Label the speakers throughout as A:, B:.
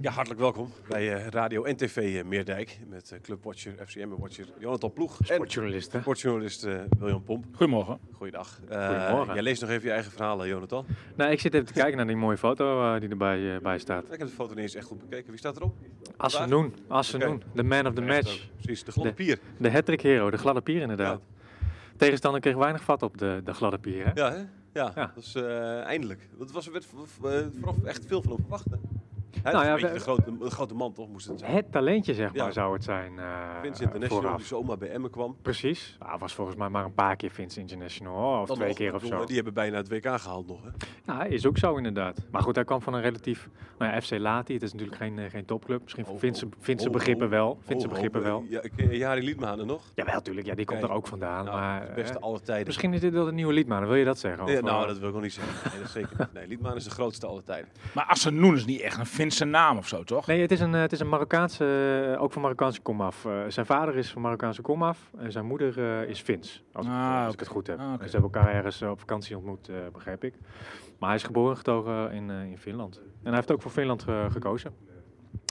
A: Ja, hartelijk welkom bij eh, Radio en TV eh, Meerdijk met eh, clubwatcher, FCM-watcher Jonathan Ploeg
B: Sportjournalist, hè?
A: en sportjournalist eh, William Pomp.
B: Goedemorgen.
A: Goeiedag. Eh,
B: Goedemorgen.
A: Jij leest nog even je eigen verhalen, Jonathan.
B: Nou, ik zit even te kijken naar die mooie foto eh, die erbij eh, bij staat.
A: Ik heb de foto niet eens echt goed bekeken. Wie staat erop?
B: Assenoen, Assenoen,
A: Oké.
B: de man of the
A: Echt
B: match.
A: ook. Precies, de gladde
B: De-
A: pier.
B: De hat hero, de gladde pier inderdaad. Tegenstander kreeg weinig vat op de, de gladde pier, hè?
A: Ja, hè? Ja,
B: Ja.
A: dat is eh, eindelijk. Dat was, er werd v- v- eh, vooraf echt veel van hem verwacht. hè? Hij
B: Nou
A: is
B: ja,
A: een beetje
B: we-
A: de grote, de grote man, toch? Moest het zijn.
B: Het talentje, zeg maar,
A: Ja.
B: zou het zijn eh,
A: Vince
B: eh,
A: International, die
B: vooraf.
A: zomaar bij Emmen kwam.
B: Precies. Ah, was volgens mij maar een paar keer Vince International, hoor, of
A: Dan
B: twee
A: nog,
B: keer
A: ik
B: of
A: bedoel,
B: zo.
A: Die hebben bijna het WK gehaald nog. Hè?
B: Ja, is ook zo inderdaad. Maar goed, hij kwam van een relatief... Nou ja, FC Lati, het is natuurlijk geen, eh, geen topclub. Misschien voor
A: Oh,
B: Vince,
A: oh,
B: Vince
A: oh,
B: begrippen
A: oh,
B: wel. Vince
A: Oh,
B: begrippen
A: oh,
B: wel.
A: Ja, ik- eh, Jari Liedmanen nog.
B: Jawel, tuurlijk. Ja, die komt
A: Kijk,
B: er ook vandaan.
A: Nou,
B: maar,
A: het beste
B: eh,
A: alle tijden.
B: Misschien is dit wel de nieuwe liedman, wil je dat zeggen?
A: Ja,
B: Of,
A: nou,
B: eh,
A: dat wil ik nog niet zeggen. Nee, dat zeker niet. Nee, Liedman is de grootste alle tijden.
C: Maar Assenoen is niet echt een Finse naam of zo, toch?
B: Nee, het is een, eh, het is een Marokkaanse, eh, ook van Marokkaanse komaf. Eh, zijn vader is van Marokkaanse komaf en zijn moeder eh, is Fins, als, ik- eh,
C: Ah,
B: als
C: oké.
B: ik het goed heb.
C: Ah, oké.
B: En Ze hebben elkaar ergens eh, op vakantie ontmoet, eh, begrijp ik. Maar hij is geboren en getogen in, eh, in Finland. En hij heeft ook voor Finland eh, gekozen.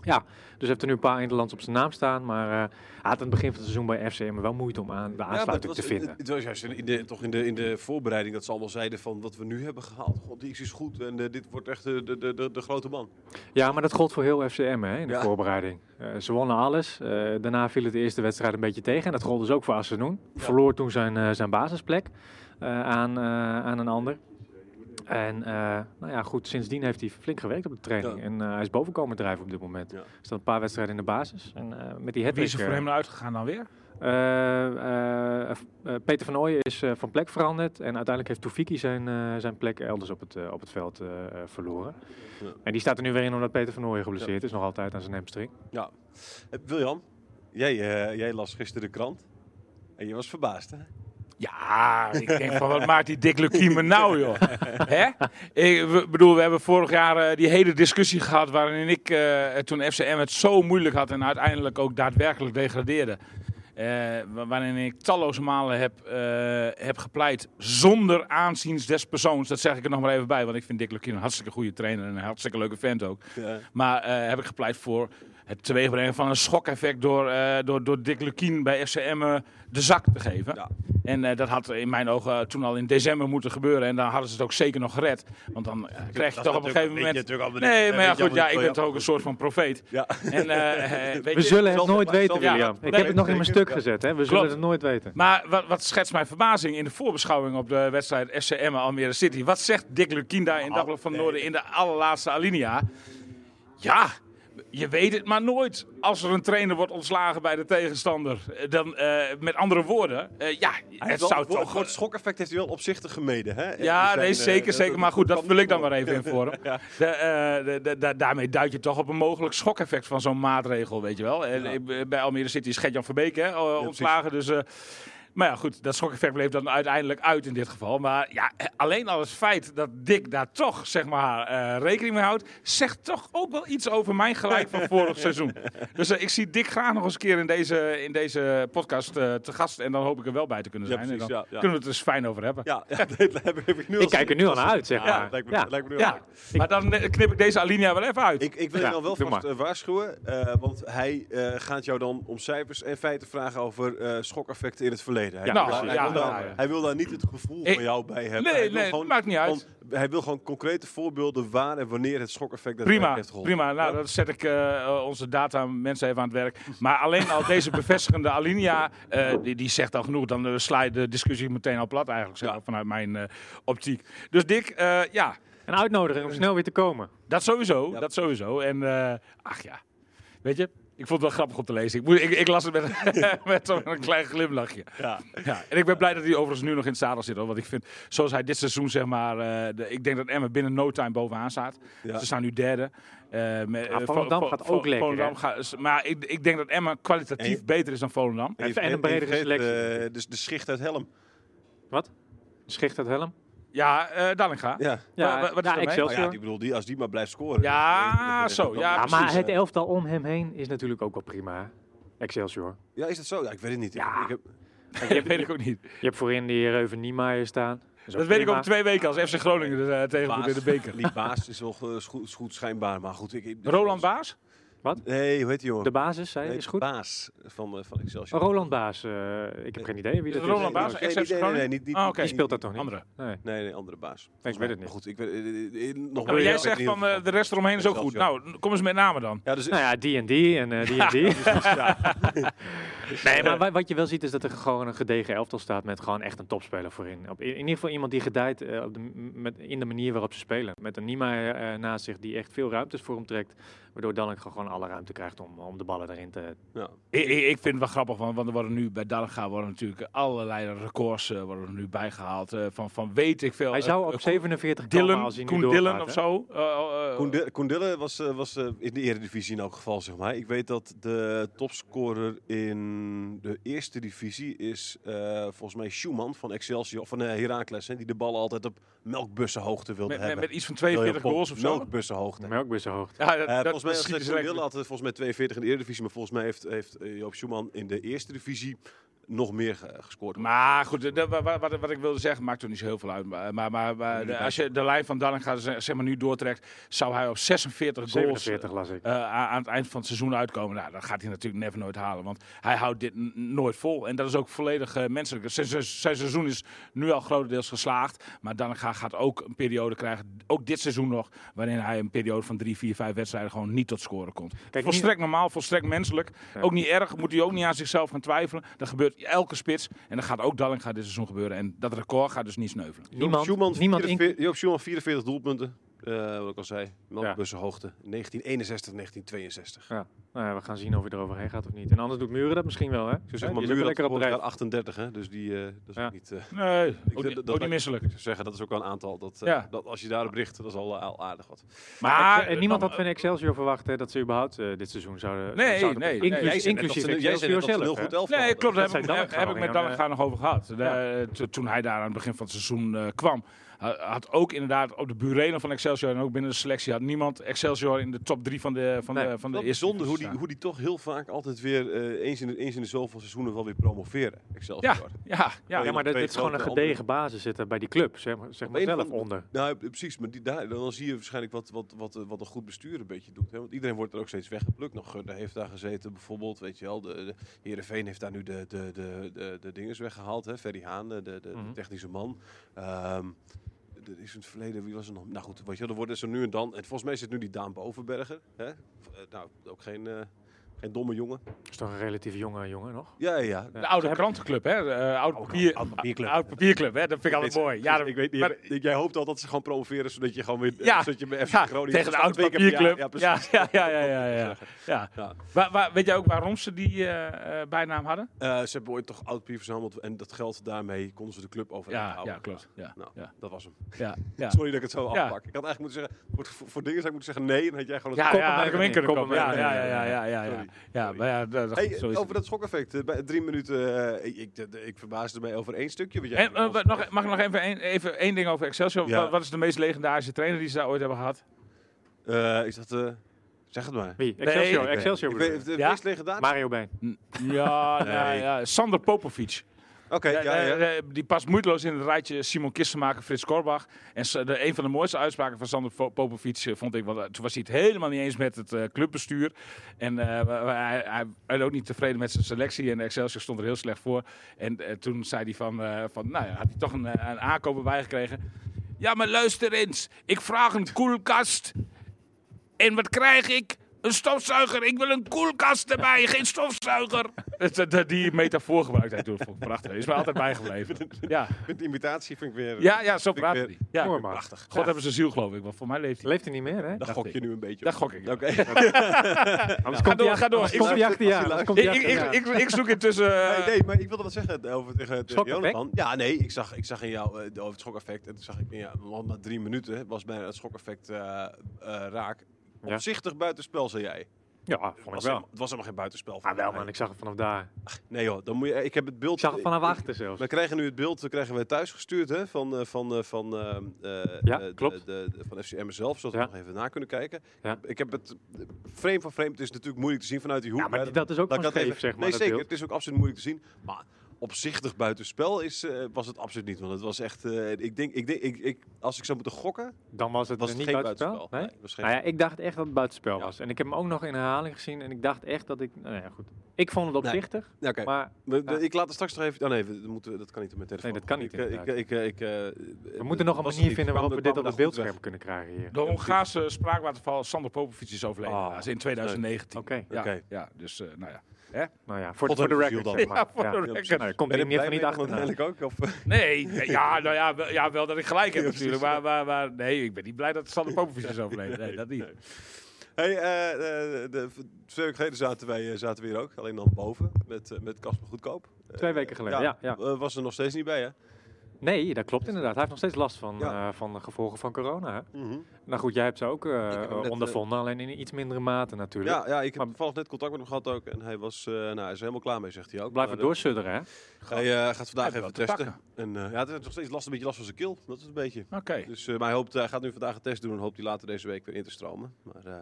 B: Ja, dus hij heeft er nu een paar Nederlands op zijn naam staan. Maar eh, hij had aan het begin van het seizoen bij FCM wel moeite om aan de
A: maar het
B: aansluiting
A: was,
B: te vinden.
A: het- het was juist in de, toch in de, in de voorbereiding dat ze allemaal zeiden van wat we nu hebben gehaald. God, die is goed en eh, dit wordt echt de, de, de, de, de grote man.
B: Ja, maar dat gold voor heel FCM hè, in de
A: Ja.
B: voorbereiding. Eh, ze wonnen alles. Eh, daarna viel het de eerste wedstrijd een beetje tegen. En dat gold dus ook voor Assenoen. Verloor toen zijn, eh, zijn basisplek eh, aan, eh, aan een ander. En eh, nou ja, goed, sindsdien heeft hij flink gewerkt op de training.
A: Ja.
B: En eh, hij is boven komen drijven op dit moment.
A: Ja.
B: Er staan een paar wedstrijden in de basis. En eh, met die
C: Wie
B: hat-trick...
C: is er voor
B: eh,
C: hem nou uitgegaan dan weer?
B: eh, eh, eh, eh, Peter van Ooyen is eh, van plek veranderd. En uiteindelijk heeft Toefiki zijn, eh, zijn plek elders op het, eh, op het veld eh, eh, verloren.
A: Ja.
B: En die staat er nu weer in omdat Peter van Ooyen geblesseerd is. Nog altijd aan zijn hamstring.
A: Ja. Eh, William, jij, eh, jij las gisteren de krant. En je was verbaasd, hè?
C: Ja, ik denk van wat maakt die Dick Lukien me nou, joh? Hè? Ik we- bedoel, we hebben vorig jaar eh, die hele discussie gehad waarin ik eh, toen FCM het zo moeilijk had en uiteindelijk ook daadwerkelijk degradeerde. Eh, wa- waarin ik talloze malen heb, eh, heb gepleit zonder aanzien des persoons. Dat zeg ik er nog maar even bij, want ik vind Dick Lukien een hartstikke goede trainer en een hartstikke leuke vent ook.
A: Ja.
C: Maar eh, heb ik gepleit voor het teweegbrengen van een schokeffect door, eh, door, door Dick Lukien bij FCM de zak te geven.
A: Ja.
C: En eh, dat had in mijn ogen eh, toen al in december moeten gebeuren. En dan hadden ze het ook zeker nog gered. Want dan eh, krijg je
A: dat
C: toch op een
A: natuurlijk-
C: gegeven
A: weet je
C: moment...
A: natuurlijk allemaal niet.
C: Nee,
A: Dat
C: maar ja,
A: weet je
C: goed, ja, ik
A: allemaal
C: ben
A: niet.
C: toch ook een soort van profeet.
A: Ja.
C: En, eh, eh, weet
B: We
C: je-
B: zullen het
A: zelf-
B: nooit
A: maar
B: weten,
A: zelf- ja,
B: William.
A: dat-
B: Ik
A: dat-
B: heb het nog in mijn
A: zeker,
B: stuk
A: ja.
B: gezet. Hè. We zullen
C: Klopt.
B: het nooit weten.
C: Maar wat, wat schetst mijn verbazing in de voorbeschouwing op de wedstrijd FCM Almere City? Wat zegt Dick Lukien daar in Dagblad van Noorden in de allerlaatste alinea? Ja, je weet het maar nooit als er een trainer wordt ontslagen bij de tegenstander. Eh, Dan, eh, met andere woorden, eh, ja, het zou
A: Voor-
C: toch... eh,
A: voor het schokeffect heeft hij wel opzichtig gemeden, hè?
C: Ja,
A: Er zijn,
C: nee,
A: eh,
C: zeker, zeker. Maar goed, dat
A: kan
C: wil ik
A: niet
C: dan maar even informeren. De, eh, de- de- da- daarmee duid je toch op een mogelijk schokeffect van zo'n maatregel, weet je wel. En, eh, Bij Almere City is Gert-Jan van Beek hè, eh, ontslagen, dus... eh, maar ja, goed, dat schokeffect bleef dan uiteindelijk uit in dit geval. Maar ja, eh, alleen al het feit dat Dick daar toch, zeg maar, eh, rekening mee houdt... zegt toch ook wel iets over mijn gelijk van vorig seizoen. Dus eh, ik zie Dick graag nog eens een keer in deze, in deze podcast eh, te gast. En dan hoop ik er wel bij te kunnen
A: Ja,
C: zijn. En
A: precies,
C: dan
A: ja, ja.
C: kunnen we het dus fijn over hebben.
A: Ja, ja, nee, dat heb ik- heb ik nu al
B: Ik kijk er nu al naar uit, zeg
A: Ja,
B: maar.
A: lijkt me,
B: Ja.
A: lijkt me nu al
C: Ja, maar dan eh, knip ik deze alinea wel even uit.
A: Ik, ik wil
B: Ja,
A: je dan wel
B: doe
A: vast
B: maar.
A: eh, waarschuwen, eh, want hij eh, gaat jou dan om cijfers en feiten vragen over eh schokeffecten in het verleden. verleden. Hij,
C: Ja,
A: wil,
C: nou,
A: daar,
C: ja,
A: hij, wil, daar,
C: ja, ja.
A: hij wil daar niet het gevoel
C: Ik-
A: van jou bij hebben.
C: Nee,
A: hij wil
C: nee, maakt niet uit.
A: want hij wil gewoon concrete voorbeelden waar en wanneer het schokeffect dat
C: Prima,
A: heeft geholpen.
C: prima. Nou,
A: Ja.
C: dat zet ik eh, eh, onze data mensen even aan het werk. Maar alleen al deze bevestigende alinea, eh, die, die zegt al genoeg. Dan eh, sla je de discussie meteen al plat eigenlijk, zeg
A: Ja.
C: maar, vanuit mijn eh, optiek. Dus Dick, eh, ja,
B: Een uitnodiging om snel weer te komen.
C: dat sowieso,
A: Ja.
C: dat sowieso. En eh, ach ja, weet je, ik vond het wel grappig om te lezen. Ik, moest, ik, ik las het met, met zo'n klein glimlachje.
A: Ja.
C: Ja, en ik ben blij dat hij overigens nu nog in het zadel zit. Hoor, want ik vind, zoals hij dit seizoen, zeg maar, eh, de- ik denk dat Emmen binnen no time bovenaan staat.
A: Ja.
C: Ze staan nu derde. Eh, met, eh,
B: Volendam
C: Vo- Vo-
B: gaat
C: Vo-
B: ook lekker,
C: Volendam
B: hè?
C: gaat- maar ik, ik denk dat Emmen kwalitatief
A: En-
C: beter is dan Volendam.
A: En je
B: En een
A: vergeet-
B: bredere
A: en je vergeet,
B: selectie.
A: eh, dus de schicht uit Helm.
B: Schicht het helm.
C: Ja, eh Dallinga.
A: Ja.
B: Ja,
C: Wa- wa- wat is
B: ja,
C: er mee?
A: Maar
B: Excelsior.
A: ja, die bedoel, die, als die maar blijft scoren.
C: Ja,
A: dan- dan- dan- dan-
C: zo, ja,
B: Ja, maar
C: precies,
B: het elftal om hem heen is natuurlijk ook wel prima. hè? Excelsior.
A: Ja, is dat zo? Ja, ik weet het niet. Ik-
B: Ja.
A: Ik heb,
C: Dat weet ik ook niet.
B: Je hebt voorin die Reuven Niemeyer staan. Dat, is ook
C: Dat weet ik
B: prima.
C: over twee weken als FC Groningen er, eh, tegen moet in de
A: Baas,
C: beker.
A: die baas is wel eh, is goed, is goed schijnbaar, maar goed. Ik, ik-
C: Roland
B: Oh,
C: Baas?
A: Nee, hoe heet die jongen?
B: De basis, zei je,
A: Nee,
B: is goed.
A: Baas van, eh, van Excelsior.
B: Oh, Roland Baas, eh, ik heb geen idee
C: Is
B: wie dat
C: het
B: is.
C: Dus Roland Baas?
A: Nee, nee,
C: Ex-
A: nee,
C: FC
A: nee,
C: Groningen?
A: nee, niet- niet-
C: Ah, oké.
B: Die speelt dat toch niet?
C: Andere. Dus-
B: Nee. Oh,
A: Nee, nee, andere baas.
B: weet het niet.
A: Maar goed, ik weet, eh, eh, eh, nog
C: Maar
B: Ja,
C: jij
B: ja.
C: zegt van eh, de rest eromheen is ook goed. Nou, kom eens met namen dan.
A: Ja, dus,
B: Nou ja, die en die en eh, die en die. nee, maar wa- wat je wel ziet is dat er gewoon een gedegen elftal staat met gewoon echt een topspeler voorin. Op, in, in ieder geval iemand die gedijt eh, op de, m- met, in de manier waarop ze spelen. Met een Niemeyer eh, naast zich die echt veel ruimtes voor hem trekt. Waardoor Dallinga gewoon alle ruimte krijgt om, om de ballen erin te...
A: ja.
C: Ik, ik, ik vind het wel grappig, want, want er worden nu bij Dalga worden natuurlijk allerlei records eh, worden er nu bijgehaald. eh, van, van weet ik veel.
B: Hij
C: eh,
B: zou
C: eh,
B: op 47 komen als hij
C: Dylan,
B: nu
C: Koen
B: doorgaat,
C: Dylan
B: hè?
C: of zo. eh, eh, eh,
A: Koen Dil- Koen Dillen was, eh, was eh, in de eredivisie in elk geval, zeg maar. Ik weet dat de topscorer in de eerste divisie is eh, volgens mij Schumann van Excelsior, of van eh, Heracles, hè, die de ballen altijd op melkbussenhoogte wilde
C: met, met,
A: hebben.
C: met iets van 42
A: Wil je op
C: goals of zo.
A: Melkbussenhoogte.
B: Melkbussenhoogte.
C: Ja, dat,
A: Eh,
C: dat
A: volgens mij
C: schieten
A: was
C: ze
A: Koen
C: lekker.
A: Dillen had het volgens mij 42 in de Eredivisie, maar volgens mij heeft, heeft eh, Joop Schumann in de eerste divisie nog meer ge- gescoord.
C: Maar goed, eh, dat- wa- wa- wat, wat ik wilde zeggen, maakt er niet zo heel veel uit. Maar, eh, maar, maar, maar de- als je de lijn van Dalling gaat zeg maar, nu doortrekt, zou hij op 46 goals eh,
B: 47 las ik.
C: eh, aan aan het eind van het seizoen uitkomen. Nou, dat gaat hij natuurlijk never nooit halen. Want hij houdt dit n- nooit vol. En dat is ook volledig eh, menselijk. Zijn, zijn- zijn seizoen is nu al grotendeels geslaagd. Maar Dallinga gaat ook een periode krijgen, ook dit seizoen nog, waarin hij een periode van drie, vier, vijf wedstrijden gewoon niet tot scoren komt.
B: niet-
C: volstrekt normaal, volstrekt menselijk.
B: Ja.
C: Ook niet erg, moet hij ook niet aan zichzelf gaan twijfelen. Dat gebeurt elke spits. En dat gaat ook Dallinga dit seizoen gebeuren. En dat record gaat dus niet sneuvelen.
B: Niemand,
A: Schumann,
B: niemand in-
A: 44 Joop Schumann 44 doelpunten. eh, wat ik al zei, melkbussenhoogte. 1961, 1962.
B: Nou ja, we gaan zien of hij er overheen gaat of niet. En anders doet Muren dat misschien wel, hè?
A: Ik zou zeggen,
B: Die
A: maar
B: zit er
A: Muren
B: lekker op
A: vorig jaar
B: dreef.
A: 38, hè? dus die, eh, dat is
B: Ja.
A: ook niet... eh, ik
C: Nee, ook,
A: vind
C: niet-
A: dat-
C: ook
A: dat-
C: niet misselijk.
A: zou zeggen, dat is ook wel een aantal. Dat, eh,
C: Ja.
A: dat als je daarop richt, dat is al, eh, al aardig wat.
C: Maar
B: en Ah, eh, niemand had van Excelsior verwacht hè, dat ze überhaupt eh, dit seizoen zouden.
C: Nee,
B: zouden
C: nee, nee.
B: inclu-
A: Jij zei net dat
B: inclusief
A: ze- jij zei net
B: Excelsior
A: dat ze een heel
B: zelf. hè.
A: goed elftal
C: Nee,
A: hadden.
C: klopt. Daar
B: Dat
C: heb,
B: zei
C: heb-
B: Dallinga
C: heb ik
B: al,
C: met
B: ja.
C: Dallinga nog over gehad. De- to- toen hij daar aan het begin van het seizoen eh, kwam. ha- had ook inderdaad op de burelen van Excelsior en ook binnen de selectie had niemand Excelsior in de top drie van de, van
B: Nee,
C: de, van de
A: Wel
C: eerste.
A: bijzonder hoe die,
C: divisie
A: hoe die toch heel vaak altijd weer eh, eens, in de, eens in de zoveel seizoenen wel weer promoveren. Excelsior.
C: staan. Ja, ja,
A: Oh,
C: ja.
B: Ja, maar dat, dit is gewoon een
A: Twee grote
B: gedegen basis zitten bij die club, zeg maar, zeg
A: Op
B: maar
A: een
B: zelf
A: van-
B: onder.
A: Nou, eh, precies. Maar die, daar, dan zie je waarschijnlijk wat, wat, wat, eh, wat een goed bestuur een beetje doet. Hè? Want iedereen wordt er ook steeds weggeplukt. Nog Gudde heeft daar gezeten bijvoorbeeld. Weet je wel, de, de Heerenveen heeft daar nu de, de, de, de, de dinges weggehaald. Hè? Ferry Haan, de, de, de
B: Mhm.
A: technische man. Ehm, er is in het verleden, wie was er nog? Nou goed, weet je wel, er worden zo nu en dan... En volgens mij zit nu die Daan Bovenberger. Hè? V- eh, Nou, ook geen, eh, geen domme jongen.
B: Is toch een relatief jonge jongen nog?
A: Ja, ja, ja.
C: de oude krantenclub, hè? eh, oud, papier,
A: oud papierclub.
C: Oud papierclub, hè? Dat vind ik altijd
A: Weet-
C: mooi. Ja, dat-
A: ik weet niet.
C: maar-
A: jij hoopt al dat ze gaan promoveren, zodat je gewoon weer... eh,
C: Ja,
A: zodat je bij FC
C: ja,
A: Groningen-
C: tegen de
A: Twee
C: oud
A: keer per jaar-
C: papierclub.
A: Ja,
C: Ja,
A: precies.
C: ja, ja, ja, ja, ja, ja.
A: Ja.
C: Waar- waar- weet jij ook waarom ze die eh, eh, bijnaam hadden?
A: Eh, ze hebben ooit toch oud papier verzameld en dat geld daarmee konden ze de club over
C: Ja,
A: houden.
C: ja klopt. Ja,
A: Nou,
C: ja,
A: dat was hem.
C: ja, ja.
A: Sorry dat ik het zo
C: Ja.
A: afpak. Ik had eigenlijk moeten zeggen, voor, voor, voor dingen zou ik moeten zeggen nee, en dan had jij gewoon het...
C: Ja,
B: Koppen
C: ja,
B: bij
C: had ik hem in
B: meneer,
C: kunnen
B: koppen
C: kopen. Ja,
B: bij
C: ja,
B: meneer.
C: ja, ja, ja, ja.
A: Sorry,
C: Ja,
A: sorry.
C: maar ja, dat, dat-
A: Hey,
C: zo is
A: over
C: het.
A: dat schokeffect, eh, bij drie minuten, eh, ik, ik, de- ik verbaasde mij over één stukje. Wat jij
C: En, eh,
A: was-
C: wat- nog, mag ik nog even, één- even één ding over Excelsior?
A: Ja.
C: Wat, wat is de meest legendarische trainer die ze daar ooit hebben gehad? e-
A: Eh, is dat... eh, zeg het maar.
B: Wie? Excelsior,
A: Ik
B: Excelsior
A: weet-
B: bedoel
A: ik weet-
B: je?
A: De
C: Ja?
A: meest legendarische...
B: Mario Been.
C: Ja, nou,
A: Nee.
C: ja, Sander Popovic.
A: Oké, ja, ja.
C: Eh, eh, die past moeiteloos in het rijtje Simon Kistenmaker, Frits Korbach. En s- de, een van de mooiste uitspraken van Sander Po- Popovic eh, vond ik, want eh, toen was hij het helemaal niet eens met het eh, clubbestuur. En eh, wa- wa- hij, hij, hij was ook niet tevreden met zijn selectie en Excelsior stond er heel slecht voor. En eh, toen zei hij van, eh, van nou ja, had hij toch een, eh, een aankoper bijgekregen. Ja, maar luister eens, ik vraag een koelkast. En wat krijg ik? Een stofzuiger. Ik wil een koelkast erbij, geen stofzuiger. Dus dat- dat- Die metafoor gebruikte hij toen. Vond ik prachtig. Is me altijd bijgebleven. Ja,
A: Met de imitatie vind ik weer... eh,
C: ja, ja zo
A: vind ik
C: praat
A: weer...
C: hij. Ja.
B: Mooi,
C: God
B: man.
C: hebben zijn ziel, geloof ik. Want voor mij leeft hij.
B: Leeft hij niet meer, hè?
A: Daar
C: dacht
A: gok je
C: ik.
A: nu een beetje
C: Dat
A: op.
C: gok ik.
A: Oké.
B: Anders komt
C: door,
B: hij
C: ga door.
B: anders
C: Ik
B: Komt
C: zoek-
B: hij achter je aan, anders komt hij
C: Ik, ik,
B: achter je
C: ik,
B: aan.
C: ik, ik zoek intussen...
A: Nee,
C: eh,
A: nee, maar ik wilde wat zeggen eh, over tegen, tegen
B: Schokeffect?
A: Jonathan. Ja, nee, ik zag, ik zag in jou eh, over het schokeffect. En toen zag ik in jou, want na drie minuten was bijna het schokeffect eh eh, raak.
B: Ja.
A: Opzichtig buitenspel, zei jij.
B: Ja,
A: Het
B: vond ik
A: was,
B: wel.
A: helemaal, het was helemaal geen buitenspel.
B: Ah, wel
A: volgens
B: man,
A: mij.
B: ik zag het vanaf daar.
A: Nee joh, dan moet je, ik heb het beeld...
B: Ik zag het vanaf
A: ik-
B: achter zelfs.
A: We krijgen nu het beeld, we krijgen we thuis gestuurd hè, van, eh, van, eh, van, eh, eh,
B: Ja,
A: de-
B: klopt.
A: De, de- van FCM zelf, zodat
B: Ja.
A: we nog even na kunnen kijken.
B: Ja.
A: Ik heb het eh, frame van frame, het is natuurlijk moeilijk te zien vanuit die hoek.
B: Ja, maar
A: hè,
B: die- dat is ook
A: laat ik dat
B: van scheef,
A: even-
B: zeg maar.
A: Nee,
B: dat
A: zeker,
B: beeld.
A: het is ook absoluut moeilijk te zien. Maar opzichtig buitenspel is, eh, was het absoluut niet. Want het was echt, eh, ik denk, ik denk ik, ik, als ik zou moeten gokken,
B: Dan was het
A: was
B: er
A: het
B: niet
A: geen
B: buitenspel.
A: buitenspel.
B: Nee?
A: het was geen-
B: Nou ja, ik dacht echt dat het buitenspel
A: Ja.
B: was. En ik heb hem ook nog in herhaling gezien en ik dacht echt dat ik... Nou ja, goed. Ik vond het
A: Nee. Eh,
B: opzichtig,
A: Ja, oké.
B: maar
A: We- de-
B: Ja.
A: Ik laat het straks nog even. Oh nee, we, we moeten, dat kan niet op mijn telefoon.
B: Nee, dat kan niet,
A: Ik, eh, Ik,
B: inderdaad.
A: ik, eh, ik,
B: we moeten nog een manier vinden waarop we dit op het beeldscherm kunnen krijgen hier.
C: de Hongaarse spraakwaterval Sander Popovic is overleden.
A: Oh.
C: helaas, in 2019.
B: Oké,
C: Ja,
A: Oké.
C: ja, dus eh, nou ja.
B: nou ja, voor,
A: Tot
B: voor de
A: een
B: record
A: reveal
B: zeg
A: dan.
B: maar.
C: Ja, voor de
B: Ja.
C: record.
B: Nou, daar komt
A: Ben
B: er
A: je
B: in ieder
A: blij
B: geval
A: mee
B: niet achter.
A: uiteindelijk ook? Of, eh,
C: Nee, ja, nou ja, wel- ja, wel dat ik gelijk heb
A: Ja,
C: natuurlijk.
A: precies.
C: Maar, maar, maar nee, ik ben niet blij dat Sander Popovic is overleden. Nee, dat niet.
A: Hey, eh, eh, de, v- twee weken geleden zaten wij eh, zaten we hier ook, alleen dan boven, met, eh, met Casper Goedkoop. Eh,
B: Twee weken geleden, ja, ja.
A: eh, was er nog steeds niet bij, hè?
B: Nee, dat klopt inderdaad. Hij heeft nog steeds last van,
A: Ja.
B: eh, van de gevolgen van corona. Hè?
A: Mhm.
B: Nou goed, jij hebt ze ook eh,
A: heb hem net, eh,
B: ondervonden, alleen in iets mindere mate natuurlijk.
A: Ja, ja, ik heb
B: Maar-
A: toevallig net contact met hem gehad ook. En hij, was, eh, nou, hij is er helemaal klaar mee, zegt hij ook.
B: Blijf
A: Maar,
B: het
A: eh,
B: doorsudderen, hè? Ah,
A: Hij eh, gaat vandaag
C: Hij heeft
A: even
C: wel te
A: testen. En, eh, ja, het is nog steeds last, een beetje last van zijn keel. Dat is een beetje.
C: Oké.
A: Dus, eh, maar hij, hoopt, hij gaat nu vandaag een test doen en hoopt hij later deze week weer in te stromen. Maar eh,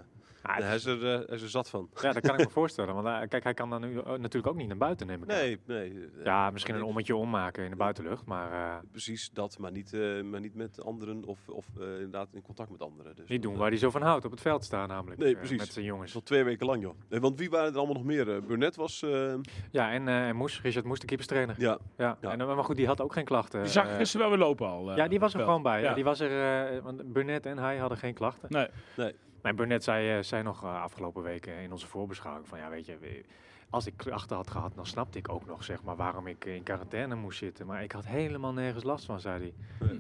B: Ah, het
A: hij, is er, eh, hij is er zat van.
B: Ja, dat kan ik me voorstellen. Want eh, kijk, hij kan dan nu eh, natuurlijk ook niet naar buiten nemen.
A: Nee, nee. eh,
B: Ja, misschien een ommetje ommaken in de buitenlucht, maar eh,
A: Precies dat, maar niet, eh, maar niet met anderen of, of eh, inderdaad in contact met anderen. Dus
B: niet
A: dat,
B: doen
A: eh,
B: waar hij zo van houdt, op het veld staan namelijk.
A: Nee,
B: eh,
A: precies.
B: Met zijn
A: is
B: jongens.
A: al twee weken lang, joh. Eh, Want wie waren er allemaal nog meer? Eh, Burnett was... eh,
B: Ja, en, eh en Moes, Richard Moes, de keeperstrainer. Ja.
A: ja, Ja.
B: En, eh, maar goed, die had ook geen klachten.
C: Die zag ik
B: eh.
C: gisteren wel weer lopen al. eh,
B: ja, die was er
C: op het
B: gewoon bij. Ja.
C: Ja.
B: die was er, eh, want Burnett en hij hadden geen klachten.
C: veld. Nee.
B: Nee, Burnett zei, eh, zei nog eh, afgelopen weken in onze voorbeschouwing van ja, weet je, we- als ik klachten had gehad, dan snapte ik ook nog zeg maar waarom ik eh, in quarantaine moest zitten. Maar ik had helemaal nergens last van, zei hij.
A: Nee.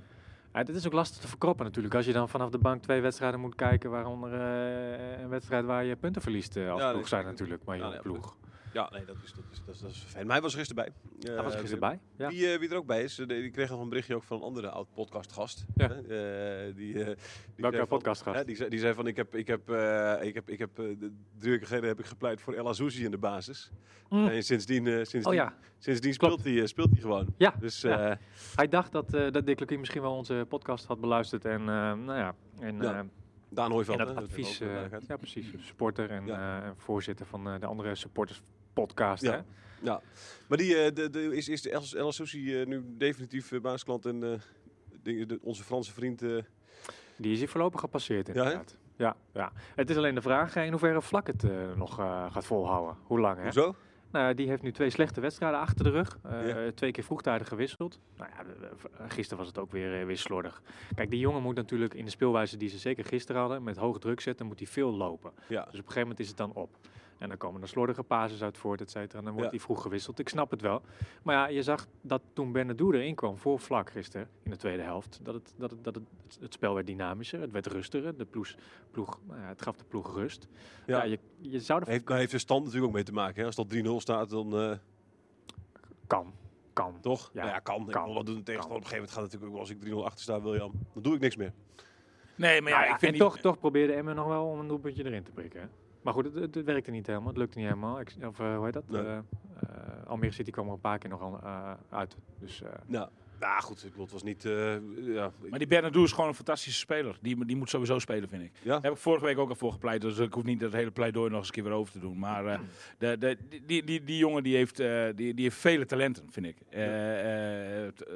B: Ja, dit is ook lastig te verkroppen natuurlijk, als je dan vanaf de bank twee wedstrijden moet kijken, waaronder eh, een wedstrijd waar je punten verliest eh, als
A: Ja,
B: ploeg
A: dat-
B: zijn natuurlijk, maar
A: Ja,
B: jonge
A: nee,
B: ploeg.
A: ja, nee, dat is, dat is, dat is, dat is fijn. Maar hij was er gisteren bij. Eh,
B: Hij was er gisteren bij. Ja.
A: Wie, eh, wie er ook bij is, eh, die kreeg nog een berichtje ook van een andere oud podcastgast.
B: Ja.
A: Eh, eh, die, eh, die zei
B: Welke
A: van-
B: podcastgast?
A: hè, die, zei, die zei van, ik heb, ik heb, eh, ik heb, ik heb eh, de- drie weken geleden heb ik gepleit voor El Azouzi in de basis.
B: Mm.
A: En sindsdien, eh, sindsdien,
B: Oh ja,
A: sindsdien
B: klopt.
A: speelt hij eh, speelt hij gewoon.
B: Ja,
A: Dus eh,
B: ja. hij dacht dat, eh, dat Dick Lukien misschien wel onze podcast had beluisterd en eh, nou ja, en,
A: Ja.
B: eh,
A: Daan
B: En
A: Hooiveld.
B: dat
A: hè,
B: advies,
A: dat
B: eh,
A: heeft ook, eh,
B: ja precies, supporter en
A: Ja.
B: eh, en voorzitter van eh, de andere supporters podcast.
A: Ja.
B: Hè?
A: Ja, maar die, eh, de, de, is, is de El- El Asousi eh, nu definitief eh, baasklant en eh, de- de- onze Franse vriend... eh,
B: Die is hier voorlopig gepasseerd
A: hè?
B: inderdaad. Ja, ja. Het is alleen de vraag eh, in hoeverre Vlak het eh, nog eh, gaat volhouden. Hoe lang hè?
A: hoezo?
B: Nou, die heeft nu twee slechte wedstrijden achter de rug. Eh,
A: Ja.
B: Twee keer vroegtijdig gewisseld. Nou ja, we- we- gisteren was het ook weer, eh, weer slordig. Kijk, die jongen moet natuurlijk in de speelwijze die ze zeker gisteren hadden, met hoog druk zetten, moet hij veel lopen.
A: Ja.
B: Dus op een gegeven moment is het dan op. En dan komen er slordige pases uit voort, et cetera. En dan wordt
A: Ja.
B: hij vroeg gewisseld. Ik snap het wel. Maar ja, je zag dat toen Bernardo erin kwam, voor vlak gisteren, in de tweede helft, dat het, dat het, dat het, het, spel werd dynamischer, het werd rustiger. De ploeg, ploeg, nou ja, het gaf de ploeg rust. Ja,
A: Ja.
B: je, je zou er...
A: Heeft, daar heeft de stand natuurlijk ook mee te maken. Hè? Als dat 3-0 staat, dan eh,
B: Kan, kan.
A: toch?
B: Ja,
A: nou ja, kan.
B: kan.
A: Ik wil dat doen tegen
B: Kan.
A: Op een gegeven moment gaat het natuurlijk ook wel, als ik 3-0 achter sta, William, dan doe ik niks meer.
C: Nee, maar ja,
B: Nou ja,
C: ik vind
B: en
C: niet-
B: toch, toch probeerde Emmen nog wel om een doelpuntje erin te prikken. hè. Maar goed, het, het, het werkte niet helemaal. Het lukte niet helemaal. Ik, of eh, hoe heet dat?
A: Nee.
B: Eh, eh, Almere City kwam er een paar keer nog aan, eh, uit. Dus eh,
A: Ja. Ja, Nou, goed, ik bedoel, het was niet... eh, ja, ik-
C: Maar die Bernardo is gewoon een fantastische speler. Die, die moet sowieso spelen, vind ik.
A: Ja.
C: Daar heb ik vorige week ook al voor gepleit. Dus ik hoef niet dat hele pleidooi nog eens een keer weer over te doen. Maar eh, de, de, die, die, die, die jongen die heeft, eh, die, die heeft vele talenten, vind ik. Eh, eh, het, eh,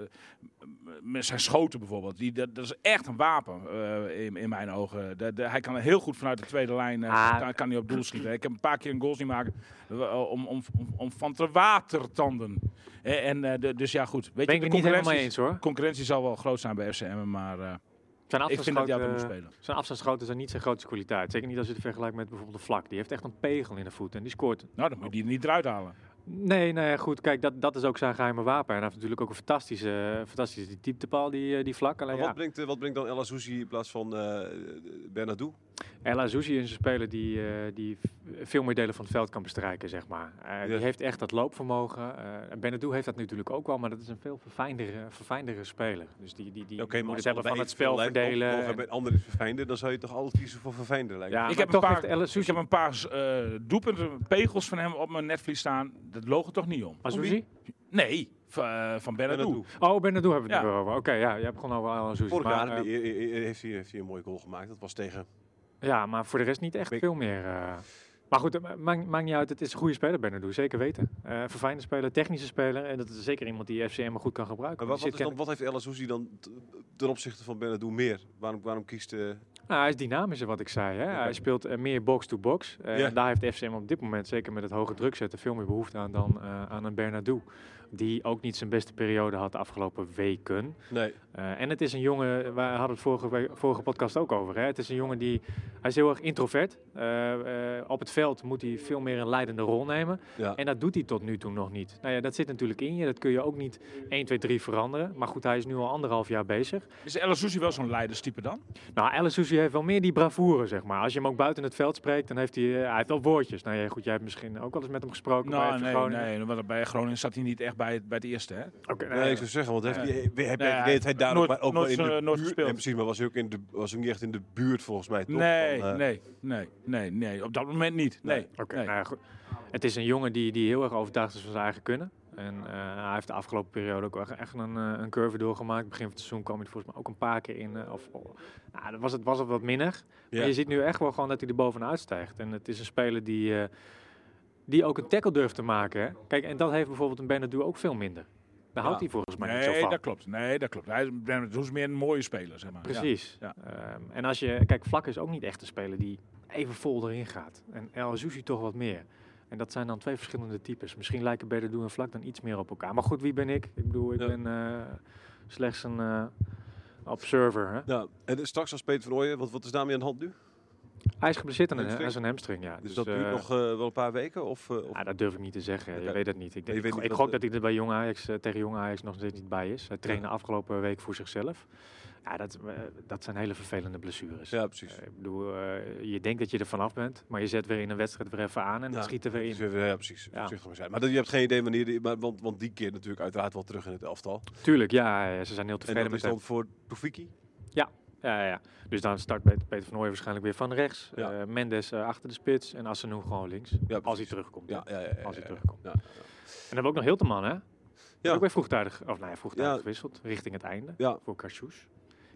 C: met zijn schoten bijvoorbeeld. Die, dat, dat is echt een wapen eh, in, in mijn ogen. De, de- hij kan heel goed vanuit de tweede lijn eh,
B: Ah.
C: kan, kan hij op doel schieten. Ik heb een paar keer een goal zien maken eh, om, om, om, om van te watertanden. Eh, en, eh, de- dus ja, goed. Weet
B: Ben
C: je,
B: ik
C: de
B: het niet helemaal mee
C: concurrentie-
B: eens hoor.
C: concurrentie zal wel groot zijn bij FCM, maar eh,
B: Zijn
C: ik vind dat
B: afstandsschoten,
C: die Japan moet
B: eh,
C: spelen.
B: Zijn afstandsschoten zijn niet zijn grootste kwaliteit. Zeker niet als je het vergelijkt met bijvoorbeeld de vlak. Die heeft echt een pegel in de voet en die scoort.
C: Nou, dan moet je die er niet eruit halen.
B: Nee, nou ja, goed. Kijk, dat, dat is ook zijn geheime wapen. En hij heeft natuurlijk ook een fantastische, fantastische dieptepaal, die, eh, die vlak. Alleen
A: Maar
B: ja,
A: wat, brengt, eh, wat brengt dan El Azouzi in plaats van eh Bernadou?
B: El Azouzi is een speler die, eh, die v- veel meer delen van het veld kan bestrijken, zeg maar. Eh,
A: Ja.
B: Die heeft echt dat loopvermogen. Eh en Benadou heeft dat natuurlijk ook wel, maar dat is een veel verfijndere, verfijndere speler. Dus die, die, die kan zelf van het spel verdelen. en-
A: Bij andere is verfijnder, dan zou je toch altijd kiezen voor verfijnder lijkt
B: ja,
A: me.
B: maar
C: ik, heb een
B: toch
C: paar,
B: heeft El
C: ik
B: Azouzi...
C: heb een paar eh, doelpunten, pegels van hem op mijn netvlies staan. Dat logen toch niet om?
B: Azouzi?
C: Nee, v- eh, van Bernardo.
A: Bernadou.
B: Oh, Benadou hebben we het
C: Ja.
B: nog over. Oké, ja, jij begon over El Azouzi.
A: Vorig
B: Maar,
A: jaar
B: eh,
A: eh, eh, eh, heeft hij heeft hij een mooie goal gemaakt. Dat was tegen...
B: ja, maar voor de rest niet echt
A: Ik-
B: veel meer. eh. Maar goed, eh, maakt maakt niet uit. Het is een goede speler, Benadou. Zeker weten. Eh verfijnde speler, technische speler. En dat is zeker iemand die FCM goed kan gebruiken. Dus
A: Maar
B: Die
A: wat,
B: zit
A: wat, is dan, wat heeft El Azouzi dan t- ten opzichte van Bernadou meer? Waarom, waarom kiest... eh,
B: Nou, hij is dynamischer, wat ik zei. Hè? Hij speelt eh, meer box-to-box. Eh,
A: Ja.
B: en daar heeft FCM op dit moment, zeker met het hoge druk zetten, veel meer behoefte aan dan eh, aan een Bernardo. Die ook niet zijn beste periode had de afgelopen weken.
A: nee.
B: Eh, en het is een jongen, we hadden het vorige, we- vorige podcast ook over. Hè? Het is een jongen die, hij is heel erg introvert. Eh, eh, op het veld moet hij veel meer een leidende rol nemen.
A: Ja.
B: En dat doet hij tot nu toe nog niet. Nou ja, dat zit natuurlijk in je. Dat kun je ook niet 1, 2, 3 veranderen. Maar goed, hij is nu al anderhalf jaar bezig.
C: Is El Azouzi wel zo'n leiderstype dan?
B: Nou, El Sousi heeft wel meer die bravoure, zeg maar. Als je hem ook buiten het veld spreekt, dan heeft hij, eh, hij heeft wel woordjes. Nou ja, goed, jij hebt misschien ook wel eens met hem gesproken bij
C: Nou,
B: FC
C: nee,
B: Groningen.
C: nee, want bij Groningen zat hij niet echt bij het, bij het eerste. Hè?
B: Oké,
A: Nee, ik zou zeggen, want heeft,
C: Nee.
A: hij- heeft, heeft,
C: Nee, hij
A: deed hij
C: heeft
A: daar ook
C: nooit-
A: maar ook wel in
C: nooit
A: de
C: zo- nooit
A: buurt.
C: gespeeld.
A: Ja, precies, maar was hij ook in de, was hij niet echt in de buurt volgens mij. Toch?
C: Nee,
A: Van, eh,
C: nee, nee, nee, nee. Op dat moment niet. Nee.
B: Oké,
C: nee.
B: nou ja, goed. Het is een jongen die, die heel erg overtuigd is van zijn eigen kunnen. En eh, hij heeft de afgelopen periode ook echt- echt een, eh, een curve doorgemaakt. Begin van het seizoen kwam hij er volgens mij ook een paar keer in. eh, of, oh, nou, dat was het was het wat minder.
A: Ja.
B: Maar je ziet nu echt wel gewoon dat hij er bovenuit stijgt. En het is een speler die, eh, die ook een tackle durft te maken. Hè? Kijk, en dat heeft bijvoorbeeld een Bernardo ook veel minder. Daar houdt hij volgens mij niet zo
C: Nee,
B: van.
C: dat klopt. Nee, dat klopt. Hij is, Bernardo is meer een mooie speler, zeg maar. Ja.
B: Precies.
C: ja.
B: Ehm, en als je, kijk, Vlak is ook niet echt een speler die even vol erin gaat. En El Azuzi toch wat meer. En dat zijn dan twee verschillende types. Misschien lijken Bernardo en Vlak dan iets meer op elkaar. Maar goed, wie ben ik? Ik bedoel, ik
A: Ja.
B: ben eh, slechts een eh, observer. Hè?
A: Nou, en eh, straks als Peter van Ooyen, wat, wat is daarmee aan de hand nu?
B: Hij is geblesseerd aan, een-
A: Hamstring?
B: aan zijn hamstring, ja.
A: Dus, dat duurt
B: eh,
A: nog eh, wel een paar weken? Of, eh, of-
B: ja, dat durf ik niet te zeggen. Je
A: Oké.
B: weet het niet. Ik, denk,
A: weet
B: ik,
A: niet
B: ik
A: wat
B: gok
A: de-
B: dat hij er bij Jong Ajax, eh, tegen Jong Ajax nog steeds niet bij is. Hij trainde afgelopen week voor zichzelf. Ja, dat, eh, dat zijn hele vervelende blessures.
A: ja, precies.
B: Ik bedoel, eh, je denkt dat je er vanaf bent, maar je zet weer in een wedstrijd weer even aan en
A: Ja,
B: het schiet er weer
A: Dus
B: in.
A: we- ja, precies.
B: Ja.
A: Voorzichtig mee zijn. Maar dat, je hebt geen idee wanneer... Die, maar, want, want die keer natuurlijk uiteraard wel terug in het elftal.
B: Tuurlijk, ja, ja, ze zijn heel
A: En
B: tevreden
A: dat
B: met
A: is
B: hem.
A: dan voor Toefiki?
B: Ja, ja, ja. Dus dan start Peter Peter van Nooijen waarschijnlijk weer van rechts.
A: Ja.
B: Eh, Mendes eh, achter de spits en Assenhoen gewoon links. als hij
A: precies.
B: terugkomt. hè.
A: Ja, ja, ja, ja,
B: Als hij
A: ja,
B: terugkomt.
A: ja.
B: En dan hebben we ook nog Hilteman, hè? Ja.
A: Ja.
B: Ook weer vroegtijdig, of nou ja, vroegtijdig
A: Ja.
B: gewisseld, richting het einde,
A: Ja.
B: voor Cassius.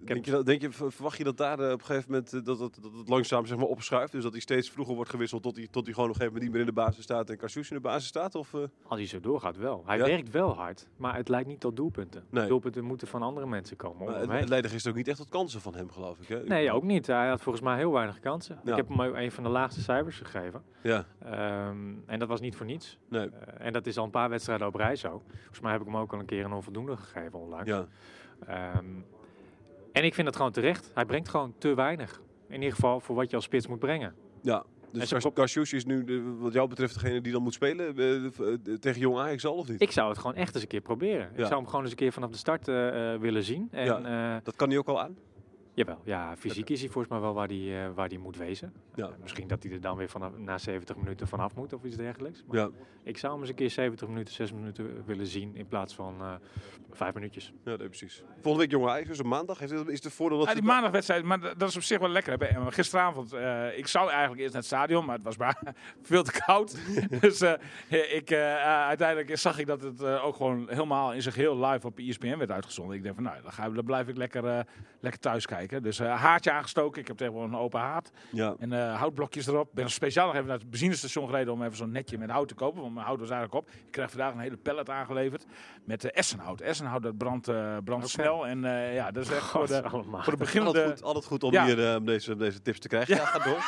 A: Denk je, dat, denk je, ver- verwacht je dat daar eh, op een gegeven moment eh, dat, dat, dat het langzaam zeg maar, opschuift? Dus dat hij steeds vroeger wordt gewisseld tot hij, tot hij gewoon op een gegeven moment niet meer in de basis staat en Cassius in de basis staat? Of, eh?
B: Als hij zo doorgaat wel. Hij
A: Ja.
B: werkt wel hard, maar het leidt niet tot doelpunten.
A: Nee.
B: Doelpunten moeten van andere mensen komen. om
A: Maar
B: hem
A: het,
B: heen.
A: het leidde gisteren ook niet echt tot kansen van hem, geloof ik. Hè?
B: Oh, Nee, ook niet. Hij had volgens mij heel weinig kansen.
A: Ja.
B: Ik heb hem ook een van de laagste cijfers gegeven.
A: Ja,
B: Ehm, en dat was niet voor niets.
A: nee.
B: Eh, en dat is al een paar wedstrijden op rij zo. Volgens mij heb ik hem ook al een keer een onvoldoende gegeven onlangs.
A: Ja.
B: Ehm, en ik vind dat gewoon terecht. Hij brengt gewoon te weinig. In ieder geval voor wat je als spits moet brengen.
A: ja.
B: En
A: Dus
B: ze
A: Kas-
B: pro-
A: Cassius is nu, de- wat jou betreft, degene die dan moet spelen eh, v- eh, tegen Jong Ajax al, of niet?
B: Ik zou het gewoon echt eens een keer proberen. Ik
A: Ja.
B: zou hem gewoon eens een keer vanaf de start eh, eh, willen zien. En, eh,
A: Dat kan hij ook al aan?
B: Jawel, ja, fysiek is hij volgens mij wel waar hij, eh, waar hij moet wezen.
A: Ja.
B: Eh, misschien dat hij er dan weer vanaf, na 70 minuten vanaf moet of iets dergelijks. Maar
A: Ja,
B: ik zou hem eens een keer 70 minuten, 6 minuten willen zien in plaats van eh 5 minuutjes.
A: ja nee, precies. Volgende week jonge Ajax, dus op maandag. Heeft, het- is het voordeel dat...
C: Ah,
A: ze-
C: die maandagwedstrijd, maar d- dat is op zich wel lekker. Hè? bij Emmen. Gisteravond, eh, ik zou eigenlijk eerst naar het stadion, maar het was maar veel te koud. dus eh, ik, eh, eh, uiteindelijk zag ik dat het eh, ook gewoon helemaal in zich heel live op E ESPN werd uitgezonden. Ik denk van, nou, dan, ga, dan blijf ik lekker, eh, lekker thuis kijken. Dus eh, haartje aangestoken. Ik heb tegenwoordig een open haard.
A: Ja,
C: En eh, houtblokjes erop. Ik ben speciaal nog even naar het benzinestation gereden om even zo'n netje met hout te kopen. Want mijn hout was eigenlijk op. Ik kreeg vandaag een hele pallet aangeleverd met eh, essenhout. Essenhout, dat brandt, eh, brandt
B: Oké.
C: snel. En eh, ja, dat is echt voor de,
B: God, allemaal.
C: voor de
A: altijd
C: beginnende...
A: goed, altijd goed om
C: Ja.
A: hier eh, deze, deze tips te krijgen. Ja, ga door.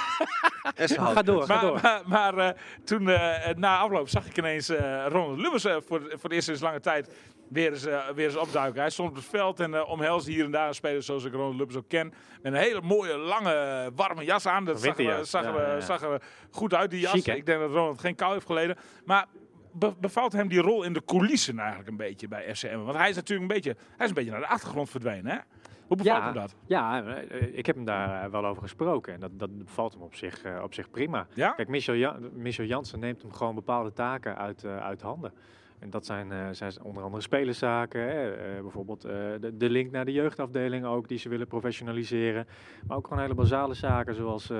A: Essenhout.
B: Ga door, ga
C: Maar,
B: door.
C: maar, maar eh, toen eh, na afloop zag ik ineens eh, Ronald Lubbers eh, voor, voor de eerste sinds lange tijd weer eens, eh, weer eens opduiken. Hij stond op het veld en eh omhelsde hier en daar een speler zoals ik Ronald Lubbers ook ken. Met een hele mooie, lange, warme jas aan. Dat zag er,
B: Winterjas,
C: zag,
B: ja,
C: er,
B: ja, ja.
C: zag er goed uit, die jas.
B: Chic, hè?
C: ik denk dat Ronald geen kou heeft geleden. Maar be- bevalt hem die rol in de coulissen eigenlijk een beetje bij FCM? Want hij is natuurlijk een beetje, hij is een beetje naar de achtergrond verdwenen, hè? Hoe bevalt hem dat?
B: Ja, eh, ik heb hem daar eh, wel over gesproken. En dat, dat bevalt hem op zich, eh, op zich prima.
C: Ja?
B: Kijk, Michel, ja Michel Jansen neemt hem gewoon bepaalde taken uit, eh, uit handen. En dat zijn, eh, zijn onder andere spelerszaken, hè, eh, bijvoorbeeld eh, de, de link naar de jeugdafdeling ook, die ze willen professionaliseren. Maar ook gewoon hele basale zaken, zoals, eh,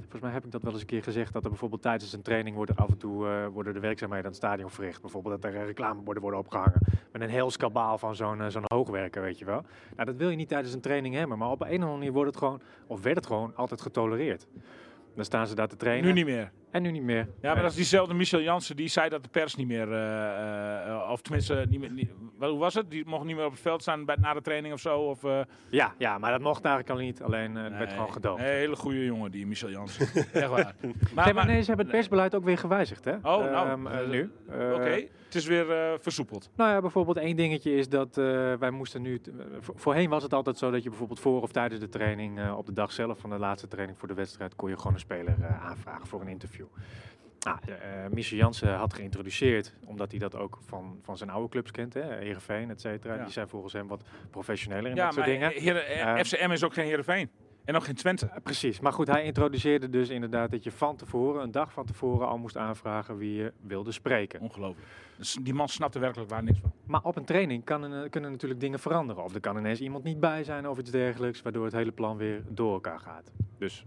B: volgens mij heb ik dat wel eens een keer gezegd, dat er bijvoorbeeld tijdens een training wordt er af en toe eh, worden de werkzaamheden aan het stadion verricht. Bijvoorbeeld dat er eh, reclameborden worden opgehangen, met een heel skabaal van zo'n eh, zo'n hoogwerker, weet je wel. Nou, dat wil je niet tijdens een training hebben, maar op een of andere manier wordt het gewoon, of werd het gewoon altijd getolereerd. Dan staan ze daar te trainen.
C: Nu niet meer.
B: En nu niet meer.
C: Ja, maar dat is diezelfde Michel Jansen die zei dat de pers niet meer, eh, eh, of tenminste, niet meer, niet- wel, hoe was het? Die mocht niet meer op het veld staan bij, na de training of zo? Of, eh,
B: ja, ja, maar dat mocht eigenlijk al niet. Alleen eh, het werd
C: nee.
B: gewoon gedoogd.
C: Nee, hele goede jongen die Michel Jansen. Echt waar. Maar,
B: Nee, maar
C: maar-
B: nee, ze hebben het persbeleid ook weer gewijzigd, hè?
C: Oh, nou,
B: Ehm, eh,
C: eh,
B: nu. Eh,
C: Oké, het is weer eh, versoepeld.
B: Nou ja, bijvoorbeeld één dingetje is dat eh, wij moesten nu... t- eh, vo- voorheen was het altijd zo dat je bijvoorbeeld voor of tijdens de training... eh, op de dag zelf van de laatste training voor de wedstrijd... kon je gewoon een speler eh, aanvragen voor een interview. Nou, eh, eh, Michel Jansen had geïntroduceerd, omdat hij dat ook van, van zijn oude clubs kent, hè, Heerenveen, et cetera.
C: Ja.
B: Die zijn volgens hem wat professioneler in
C: Ja,
B: dat
C: maar
B: soort dingen.
C: Heren- eh,
B: Ehm.
C: FCM is ook geen Heerenveen. En ook geen Twente.
B: Precies, maar goed, hij introduceerde dus inderdaad dat je van tevoren, een dag van tevoren, al moest aanvragen wie je wilde spreken.
C: Ongelooflijk. Dus die man snapt er werkelijk waar niks van.
B: Maar op een training kan, een- kunnen natuurlijk dingen veranderen. Of er kan ineens iemand niet bij zijn of iets dergelijks, waardoor het hele plan weer door elkaar gaat. Dus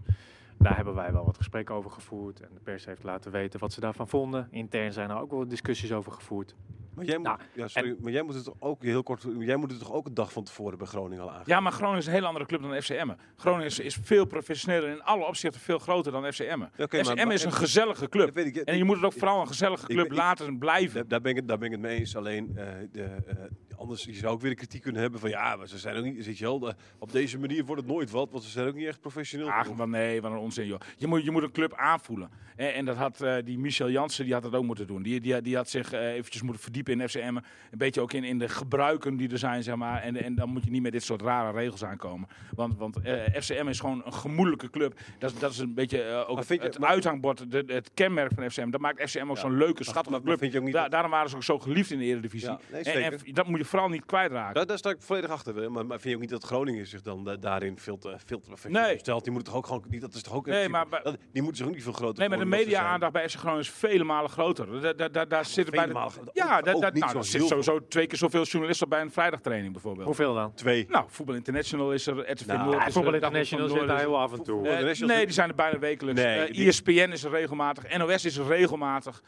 B: daar hebben wij wel wat gesprekken over gevoerd. En de pers heeft laten weten wat ze daarvan vonden. Intern zijn er ook wel wat discussies over gevoerd.
A: Maar jij, moet,
B: Nou,
A: ja, sorry, maar jij moet het toch ook heel kort. Jij moet het toch ook een dag van tevoren bij Groningen al aan.
C: Ja, maar Groningen is een heel andere club dan FC Emmen. Groningen is, is veel professioneler en in alle opzichten veel groter dan FC Emmen.
A: Oké,
C: FC
A: maar-
C: Emmen is een gezellige club.
A: weet ik, ja,
C: En je moet het ook vooral een gezellige
A: ik-
C: club
A: ik-
C: laten blijven.
A: daar, daar ben ik, het- daar ben ik het mee eens. Alleen, eh, de, eh, anders je zou ook weer de kritiek kunnen hebben van ja, maar ze zijn ook niet. Zit je wel, eh, op deze manier wordt het nooit wat, want ze zijn ook niet echt professioneel.
C: Ach,
A: genoeg.
C: wat nee, wat een onzin joh. Je moet, je moet een club aanvoelen. En, en dat had eh, die Michel Jansen, die had dat ook moeten doen. Die, die, die had zich eh, eventjes moeten verdiepen in FCM. Een beetje ook in, in de gebruiken die er zijn, zeg maar. En, en dan moet je niet met dit soort rare regels aankomen. Want, want eh, FCM is gewoon een gemoedelijke club. Dat, is- dat is een beetje eh, ook
A: Maar
C: het,
A: vind je-
C: het
A: maar-
C: uithangbord, de- het kenmerk van FCM. Dat maakt FCM ook
A: Ja.
C: zo'n leuke,
A: Dus Maar-
C: schattige
A: maar
C: club.
A: vind je ook niet
C: Da-
A: dat-
C: Daarom waren ze ook zo geliefd in de Eredivisie.
A: Ja, nee,
C: En- en,
A: zeker.
C: dat moet je vooral niet kwijtraken.
A: daar, daar sta ik volledig achter. hè. Maar, maar vind je ook niet dat Groningen zich dan da- daarin veel te, veel te professioneel
C: Nee.
A: stelt? Die moet toch ook gewoon. Die, dat is toch ook.
C: Nee,
A: die-
C: maar bij-
A: dat- die moeten zich ook niet veel groter.
C: Nee, maar de
A: voordoen dan ze zijn.
C: media-aandacht bij FC Groningen is vele malen groter. Da- da- da- daar zitten bij
A: vele
C: de,
A: malen groter.
C: ja,
A: Ook-
C: da-
A: ook
C: da-
A: niet
C: nou,
A: zo
C: er
A: heel
C: zitten
A: veel.
C: sowieso twee keer zoveel journalisten bij een vrijdagtraining bijvoorbeeld.
B: Hoeveel dan?
A: Twee.
C: Nou, Voetbal International is er, RTV
A: Nou,
C: Noord is er,
B: Voetbal
C: Dagblad van
B: International
C: Noorden
B: zit daar
C: is er.
B: heel af en toe.
A: Voetbal-
C: Eh,
A: International
C: nee,
A: zit-
C: die zijn er bijna wekelijks.
A: Nee,
C: Eh,
A: die-
C: ESPN is er regelmatig. NOS is er regelmatig.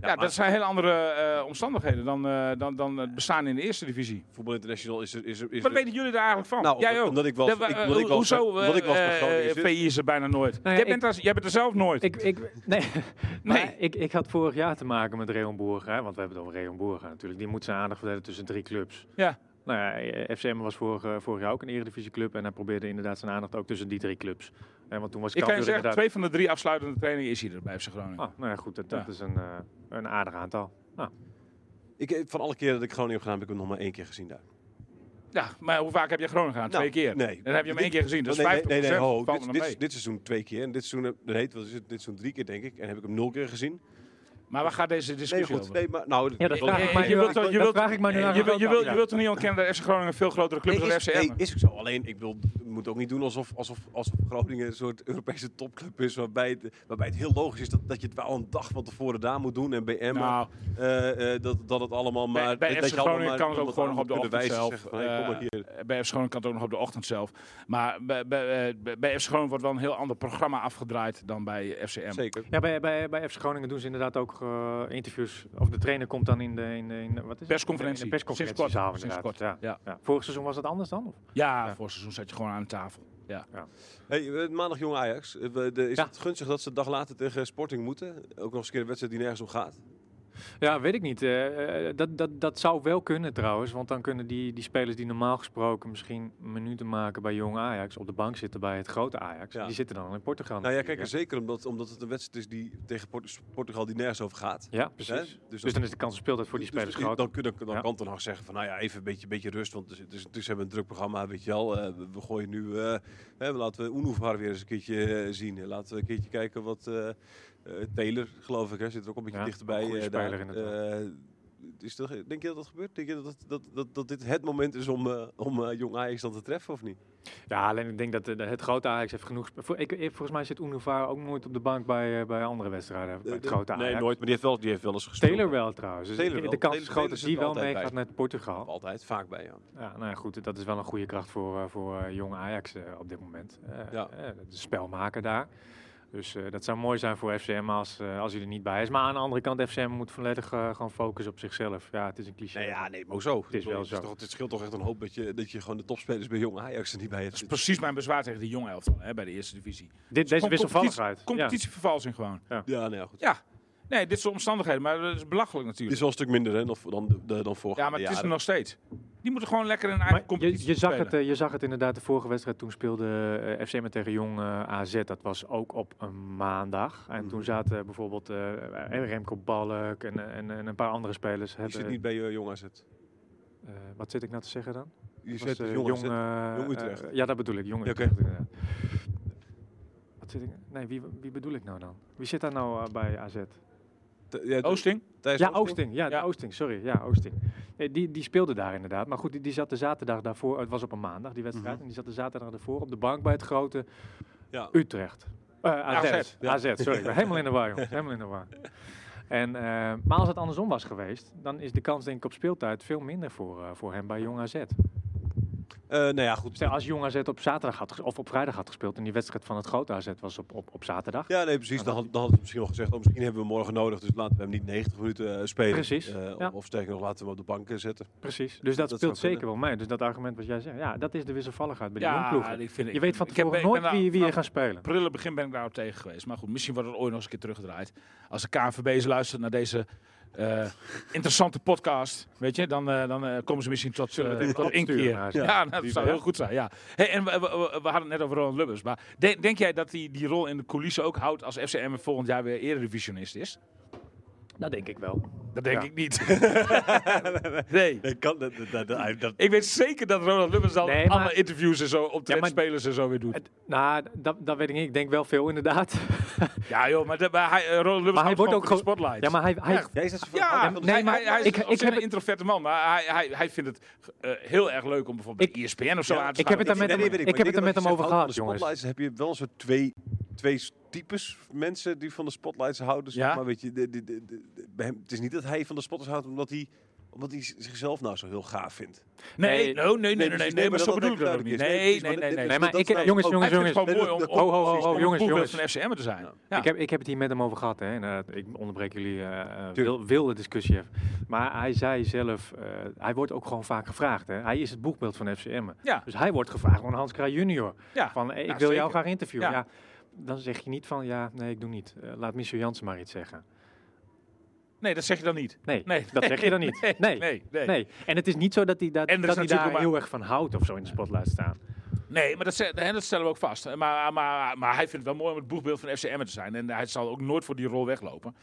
C: Ja, dat zijn heel andere eh, omstandigheden dan, eh, dan, dan het bestaan in de eerste divisie.
A: Voetbal International is er. Is er, is
C: Wat
A: er-
C: weten jullie daar eigenlijk van?
A: Nou,
C: Jij
A: omdat-
C: ook.
A: omdat ik wel-
C: Dat we-
A: ik-
C: eh,
A: omdat ik wel-
C: hoezo? eh,
A: omdat ik wel van Groningen
C: eh,
A: zit.
C: VI is er bijna nooit.
B: Nee,
C: jij,
B: Nou ik-
C: bent er, jij bent er zelf nooit.
B: Ik, ik, nee,
C: Nee.
B: nee. Ik, ik had vorig jaar te maken met Reon Boerga, hè, want we hebben het over Reon Boerga natuurlijk. Die moet zijn aandacht verdelen tussen drie clubs.
C: Ja.
B: Nou ja, eh, FCM was vorig, eh, vorig jaar ook een eredivisieclub en hij probeerde inderdaad zijn aandacht ook tussen die drie clubs. Eh, want toen was
C: ik kan je
B: Cambuur
C: zeggen,
B: inderdaad...
C: twee van de drie afsluitende trainingen is hij er bij FC Groningen.
B: Ah, nou ja, goed, dat, dat
C: Ja.
B: is een, eh, een aardig aantal. Nou,
A: ik, eh, van alle keren dat ik Groningen heb gedaan, heb ik hem nog maar één keer gezien daar.
C: Ja, maar hoe vaak heb je Groningen gedaan?
A: Nou,
C: Twee keer?
A: nee.
C: Dan heb je hem één keer gezien. Dus 50%
A: nee, nee, nee, nee, ho,
C: valt
A: dit,
C: me
A: dit,
C: mee.
A: dit seizoen twee keer. En dit seizoen, eh, nee, het was dit seizoen drie keer, denk ik. En heb ik hem nul keer gezien.
C: Maar waar gaat deze
A: Nee,
C: discussie
A: goed.
C: over?
A: Nee, maar, nou,
B: Ja, dat
A: nee,
B: vraag ik
C: je-
B: mij
C: je
B: nu
C: wilt
B: aan-
C: toch- je
B: dat
C: wilt-
B: vraag ik mij nu aan
C: Je, wil- je, wil, je
B: Ja.
C: wilt toch niet ontkennen dat FC Groningen een veel grotere club is
A: Nee,
C: dan
A: is,
C: FCM?
A: nee, is ook zo. Alleen, ik bedoel, je moet ook niet doen alsof, alsof, alsof Groningen een soort Europese topclub is. Waarbij het, waarbij het heel logisch is dat, dat je het wel een dag van tevoren daar moet doen. En bij Emma,
C: Nou.
A: eh, eh, dat, dat het allemaal maar...
C: bij bij
A: dat
C: FC
A: je allemaal maar
C: Groningen kan het ook
A: iemand
C: gewoon
A: aan
C: nog op de
A: moet
C: ochtend
A: kunnen
C: zelf.
A: wijzen en zeggen van, hey, kom maar hier.
C: Eh, bij FC Groningen kan het ook nog op de ochtend zelf. Maar bij, bij, eh, bij- bij FC Groningen wordt wel een heel ander programma afgedraaid dan bij FCM.
A: Zeker.
B: Ja, bij, bij, bij FC Groningen doen ze inderdaad ook eh, interviews. Of de trainer komt dan in de, in de, in de- wat is het?
C: Persconferentie.
B: In de persconferentie.
C: Sinds kort.
B: zaal,
C: Sinds
B: inderdaad.
C: kort,
B: Ja.
C: ja.
B: Ja. Vorig seizoen was dat anders dan? Of?
C: Ja, voor seizoen zat je gewoon aan de tafel. Ja.
A: Hey, eh, maandag jong Ajax. Eh, we- de- Is
B: Ja.
A: het gunstig dat ze een dag later tegen Sporting moeten? Ook nog eens een keer een wedstrijd die nergens om gaat.
B: Ja, weet ik niet. Eh, eh, dat, dat, dat zou wel kunnen trouwens. Want dan kunnen die, die spelers die normaal gesproken misschien minuten maken bij jong Ajax. op de bank zitten bij het grote Ajax.
A: Ja.
B: Die zitten dan in Portugal.
A: Nou ja, kijk,
B: natuurlijk,
A: en zeker omdat, omdat het een wedstrijd is die tegen Port- Portugal die nergens over gaat.
B: hè. Ja, precies.
A: Hè?
B: Dus,
A: dat-
B: dan is de kans op speeltijd voor die
A: Dus-
B: spelers
A: dus
B: groot.
A: Dan, kun- dan, dan
B: Ja.
A: kan Ten Hag zeggen van, nou ja, even een beetje, beetje rust, want het is- het is- het is- ze hebben een druk programma, weet je wel. Eh, we, we gooien nu, eh, hè, laten we Unovar weer eens een keertje eh, zien. Laten we een keertje kijken wat eh eh, Taylor, geloof ik, hè, zit er ook een beetje
B: Ja,
A: dichterbij.
B: goede
A: eh,
B: speler
A: daar.
B: inderdaad.
A: Eh, is dat, denk je dat dat gebeurt? Denk je dat, dat, dat, dat, dat dit het moment is om, eh, om eh, jong Ajax dan te treffen of niet?
B: Ja, alleen ik denk dat eh, het grote Ajax heeft genoeg... sp- Vo- ik, ik- volgens mij zit Unuvar ook nooit op de bank bij, eh, bij andere wedstrijden. bij het
A: Eh,
B: grote Ajax.
A: nee, nooit, maar die heeft wel, die heeft wel eens gespeeld.
B: Taylor wel trouwens. Dus
A: Taylor
B: ik-
A: wel.
B: De kans
A: Taylor-
B: is
A: Taylor
B: groot dat
A: zit
B: die
A: er
B: wel
A: altijd
B: meegaat
A: bij.
B: naar Portugal.
A: Altijd, vaak bij, ja.
B: Ja, nou ja, goed, dat is wel een goede kracht voor, eh, voor eh, jong Ajax eh, op dit moment. Eh,
A: Ja.
B: eh, de spelmaker daar. Dus eh, dat zou mooi zijn voor FCM als, eh, als hij er niet bij is. Maar aan de andere kant, FCM moet volledig eh, gewoon focussen op zichzelf. Ja, het is een cliché.
A: Nee, Nou ja, nee, maar ook zo. Het
B: is wel zo.
A: toch- het scheelt toch echt een hoop dat je, dat je gewoon de topspelers bij jong Ajax er niet bij hebt.
C: Dat is precies mijn bezwaar tegen de jonge elftal hè, bij de eerste divisie.
B: Dit, deze
C: Gewoon
B: wisselvalligheid.
C: competitie- Competitievervalsing gewoon.
A: Ja, nou ja, goed.
C: Ja. Nee, dit soort omstandigheden, maar dat is belachelijk
A: Het is
C: natuurlijk.
A: wel een stuk minder hè, dan, dan, de- dan vorig
C: Ja, maar het is er nog steeds. Die moeten gewoon lekker een
B: Ja. Maar
C: eigen
B: je,
C: competitie
B: je, zag
C: spelen.
B: het, eh, je zag het inderdaad de vorige wedstrijd. Toen speelde eh, FCM tegen jong eh, AZ. Dat was ook op een maandag. En toen zaten bijvoorbeeld eh, Remco Balk en, eh, en, en een paar andere spelers.
A: Je zit
B: hebben-
A: niet bij je jong AZ.
B: eh, wat zit ik nou te zeggen dan?
A: Je
B: Was,
A: zit
B: eh,
A: jong AZ.
B: eh,
A: dus Jong Utrecht.
B: eh, ja, dat bedoel ik. Jong
A: Ja, oké.
B: Utrecht, inderdaad. Wat zit ik, nee, wie, wie bedoel ik nou dan? Wie zit daar nou eh, bij AZ?
A: Th- ja,
B: eh,
C: Oosting?
A: Thijs
B: Ja, Oosting. Ja,
C: Ja.
B: Oosting. Sorry. Ja, Oosting. Nee, die, die speelde daar inderdaad. Maar goed, die, die zat de zaterdag daarvoor... Het was op een maandag, die wedstrijd. En die zat de zaterdag daarvoor op de bank bij het grote
A: Ja.
B: Utrecht. Eh, AZ. AZ,
C: AZ, ja.
B: sorry. Ik ben helemaal in de war, jongens. Helemaal in de war. En, eh, maar als het andersom was geweest, dan is de kans denk ik op speeltijd veel minder voor, eh, voor hem bij Jong AZ.
A: Eh, nou ja, goed.
B: Stel, als Jong AZ op zaterdag had ges- of op vrijdag had gespeeld en die wedstrijd van het grote AZ was op, op, op zaterdag.
A: Ja, nee, precies. Dan had, dan had ik misschien nog gezegd, oh, misschien hebben we hem morgen nodig, dus laten we hem niet 90 minuten eh, spelen.
B: Precies,
A: Eh,
B: ja.
A: Of sterker nog, laten we hem op de bank eh, zetten.
B: Precies. Dus dat,
A: Dat
B: speelt
A: zou
B: zeker
A: kunnen.
B: wel mee. Dus dat argument wat jij zegt, ja, dat is de wisselvalligheid bij de
C: Ja,
B: jongploegen.
C: ik vind, ik-
B: Je weet van
C: ik heb-
B: tevoren
C: ik ben
B: nooit
C: daar
B: wie, wie je
C: vanaf-
B: gaat spelen.
C: prille begin ben ik daar ook tegen geweest. Maar goed, misschien wordt het ooit nog eens een keer teruggedraaid. Als de KNVB's luistert naar deze eh, interessante podcast, weet je, dan, eh, dan eh, komen ze misschien tot,
B: Zullen we
C: eh,
B: het even
C: tot één
B: opsturen
C: keer.
B: naar
C: Ja,
B: huis?
C: nou, dat zou heel goed zijn, ja. Hey, en we, we- we- we hadden het net over Ronald Lubbers. Maar de- denk jij dat die, die rol in de coulissen ook houdt als FCM volgend jaar weer eredivisionist is?
B: Dat denk ik wel.
C: Dat denk
B: Ja.
C: ik niet. nee.
A: Ik kan dat, dat, dat, dat-
C: Ik weet zeker dat Ronald Lubbers dan
B: Nee, maar-
C: alle interviews en zo op de
B: Ja, maar-
C: spelers en zo weer doet.
B: Het- nou, dat, dat weet ik niet. Ik denk wel veel inderdaad.
C: Ja joh, maar, de- maar hij, eh, Ronald Lubbers
B: maar hij
C: houdt
B: wordt ook
C: gewoon
B: gewoon...
C: van de spotlight.
B: Ja, maar hij... hij
A: Jij is dat zo-
C: Ja,
B: nee,
C: nee,
B: maar
C: maar hij, hij is
B: ik-
C: ik,
B: ik heb
C: heb een
B: het-
C: introverte man, maar hij, hij, hij vindt het eh, heel erg leuk om bijvoorbeeld
B: Ik-
C: bij E ESPN of zo
A: Ja,
C: aan te
B: ik heb het daar
C: staan.
B: met hem-
A: nee, weet maar
B: ik heb het
A: denk
B: er met
A: dat
B: hem
A: als je
B: over
A: zegt, houdt van
B: gehad,
A: de
B: jongens.
A: spotlights, heb je wel zo'n twee, twee types mensen die van de spotlights houden. Zeg
C: Ja?
A: maar, weet je, de, de, de, de- bij hem, het is niet dat hij van de spotlights houdt omdat hij, omdat hij z- zichzelf nou zo heel gaaf vindt.
C: Nee, nee,
B: Nee,
C: nee, nee, nee,
A: precies,
C: nee, maar
A: dat
C: zo
A: dat
C: bedoel ik dat ook
A: duidelijk
C: niet.
A: is. Nee,
C: Nee,
A: precies,
C: nee,
A: maar
C: nee,
A: dat-
C: nee.
B: nee,
A: dat is
B: maar ik,
A: nou-
B: jongens,
A: ook-
B: jongens,
C: Hij vindt
B: jongens.
C: het
B: Oh,
C: gewoon mooi om,
A: dat-
C: om,
B: ho, ho, ho,
C: om een
B: jongens,
C: voorbeeld
B: jongens.
C: van FCM te zijn. Ja.
B: Ik, heb, ik heb het hier met hem over gehad. Hè. Nou, ik onderbreek jullie eh, eh,
A: Tuurlijk.
B: wil- wilde discussie even. Maar hij zei zelf, eh, hij wordt ook gewoon vaak gevraagd. Hè. Hij is het boekbeeld van FCM.
C: Ja.
B: Dus hij wordt gevraagd door Hans Kraaij junior.
C: Ja.
B: Van, eh, ik
C: Nou,
B: wil jou
C: zeker.
B: graag interviewen. Ja.
C: Ja.
B: Dan zeg je niet van, ja, nee, ik doe niet. Eh, laat Michel Jansen maar iets zeggen.
C: Nee, dat zeg je dan niet.
B: Nee,
C: Nee.
B: dat zeg je dan niet. Nee,
C: Nee, nee.
B: Nee. En het is niet zo dat hij, dat,
C: En er is
B: dat hij
C: natuurlijk
B: daar
C: maar-
B: heel erg van houdt of zo in de spotlight staan.
C: Nee, maar dat, ze- hè, dat stellen we ook vast. Maar, maar, maar, hij vindt het wel mooi om het boegbeeld van FC Emmen te zijn. En hij zal ook nooit voor die rol weglopen.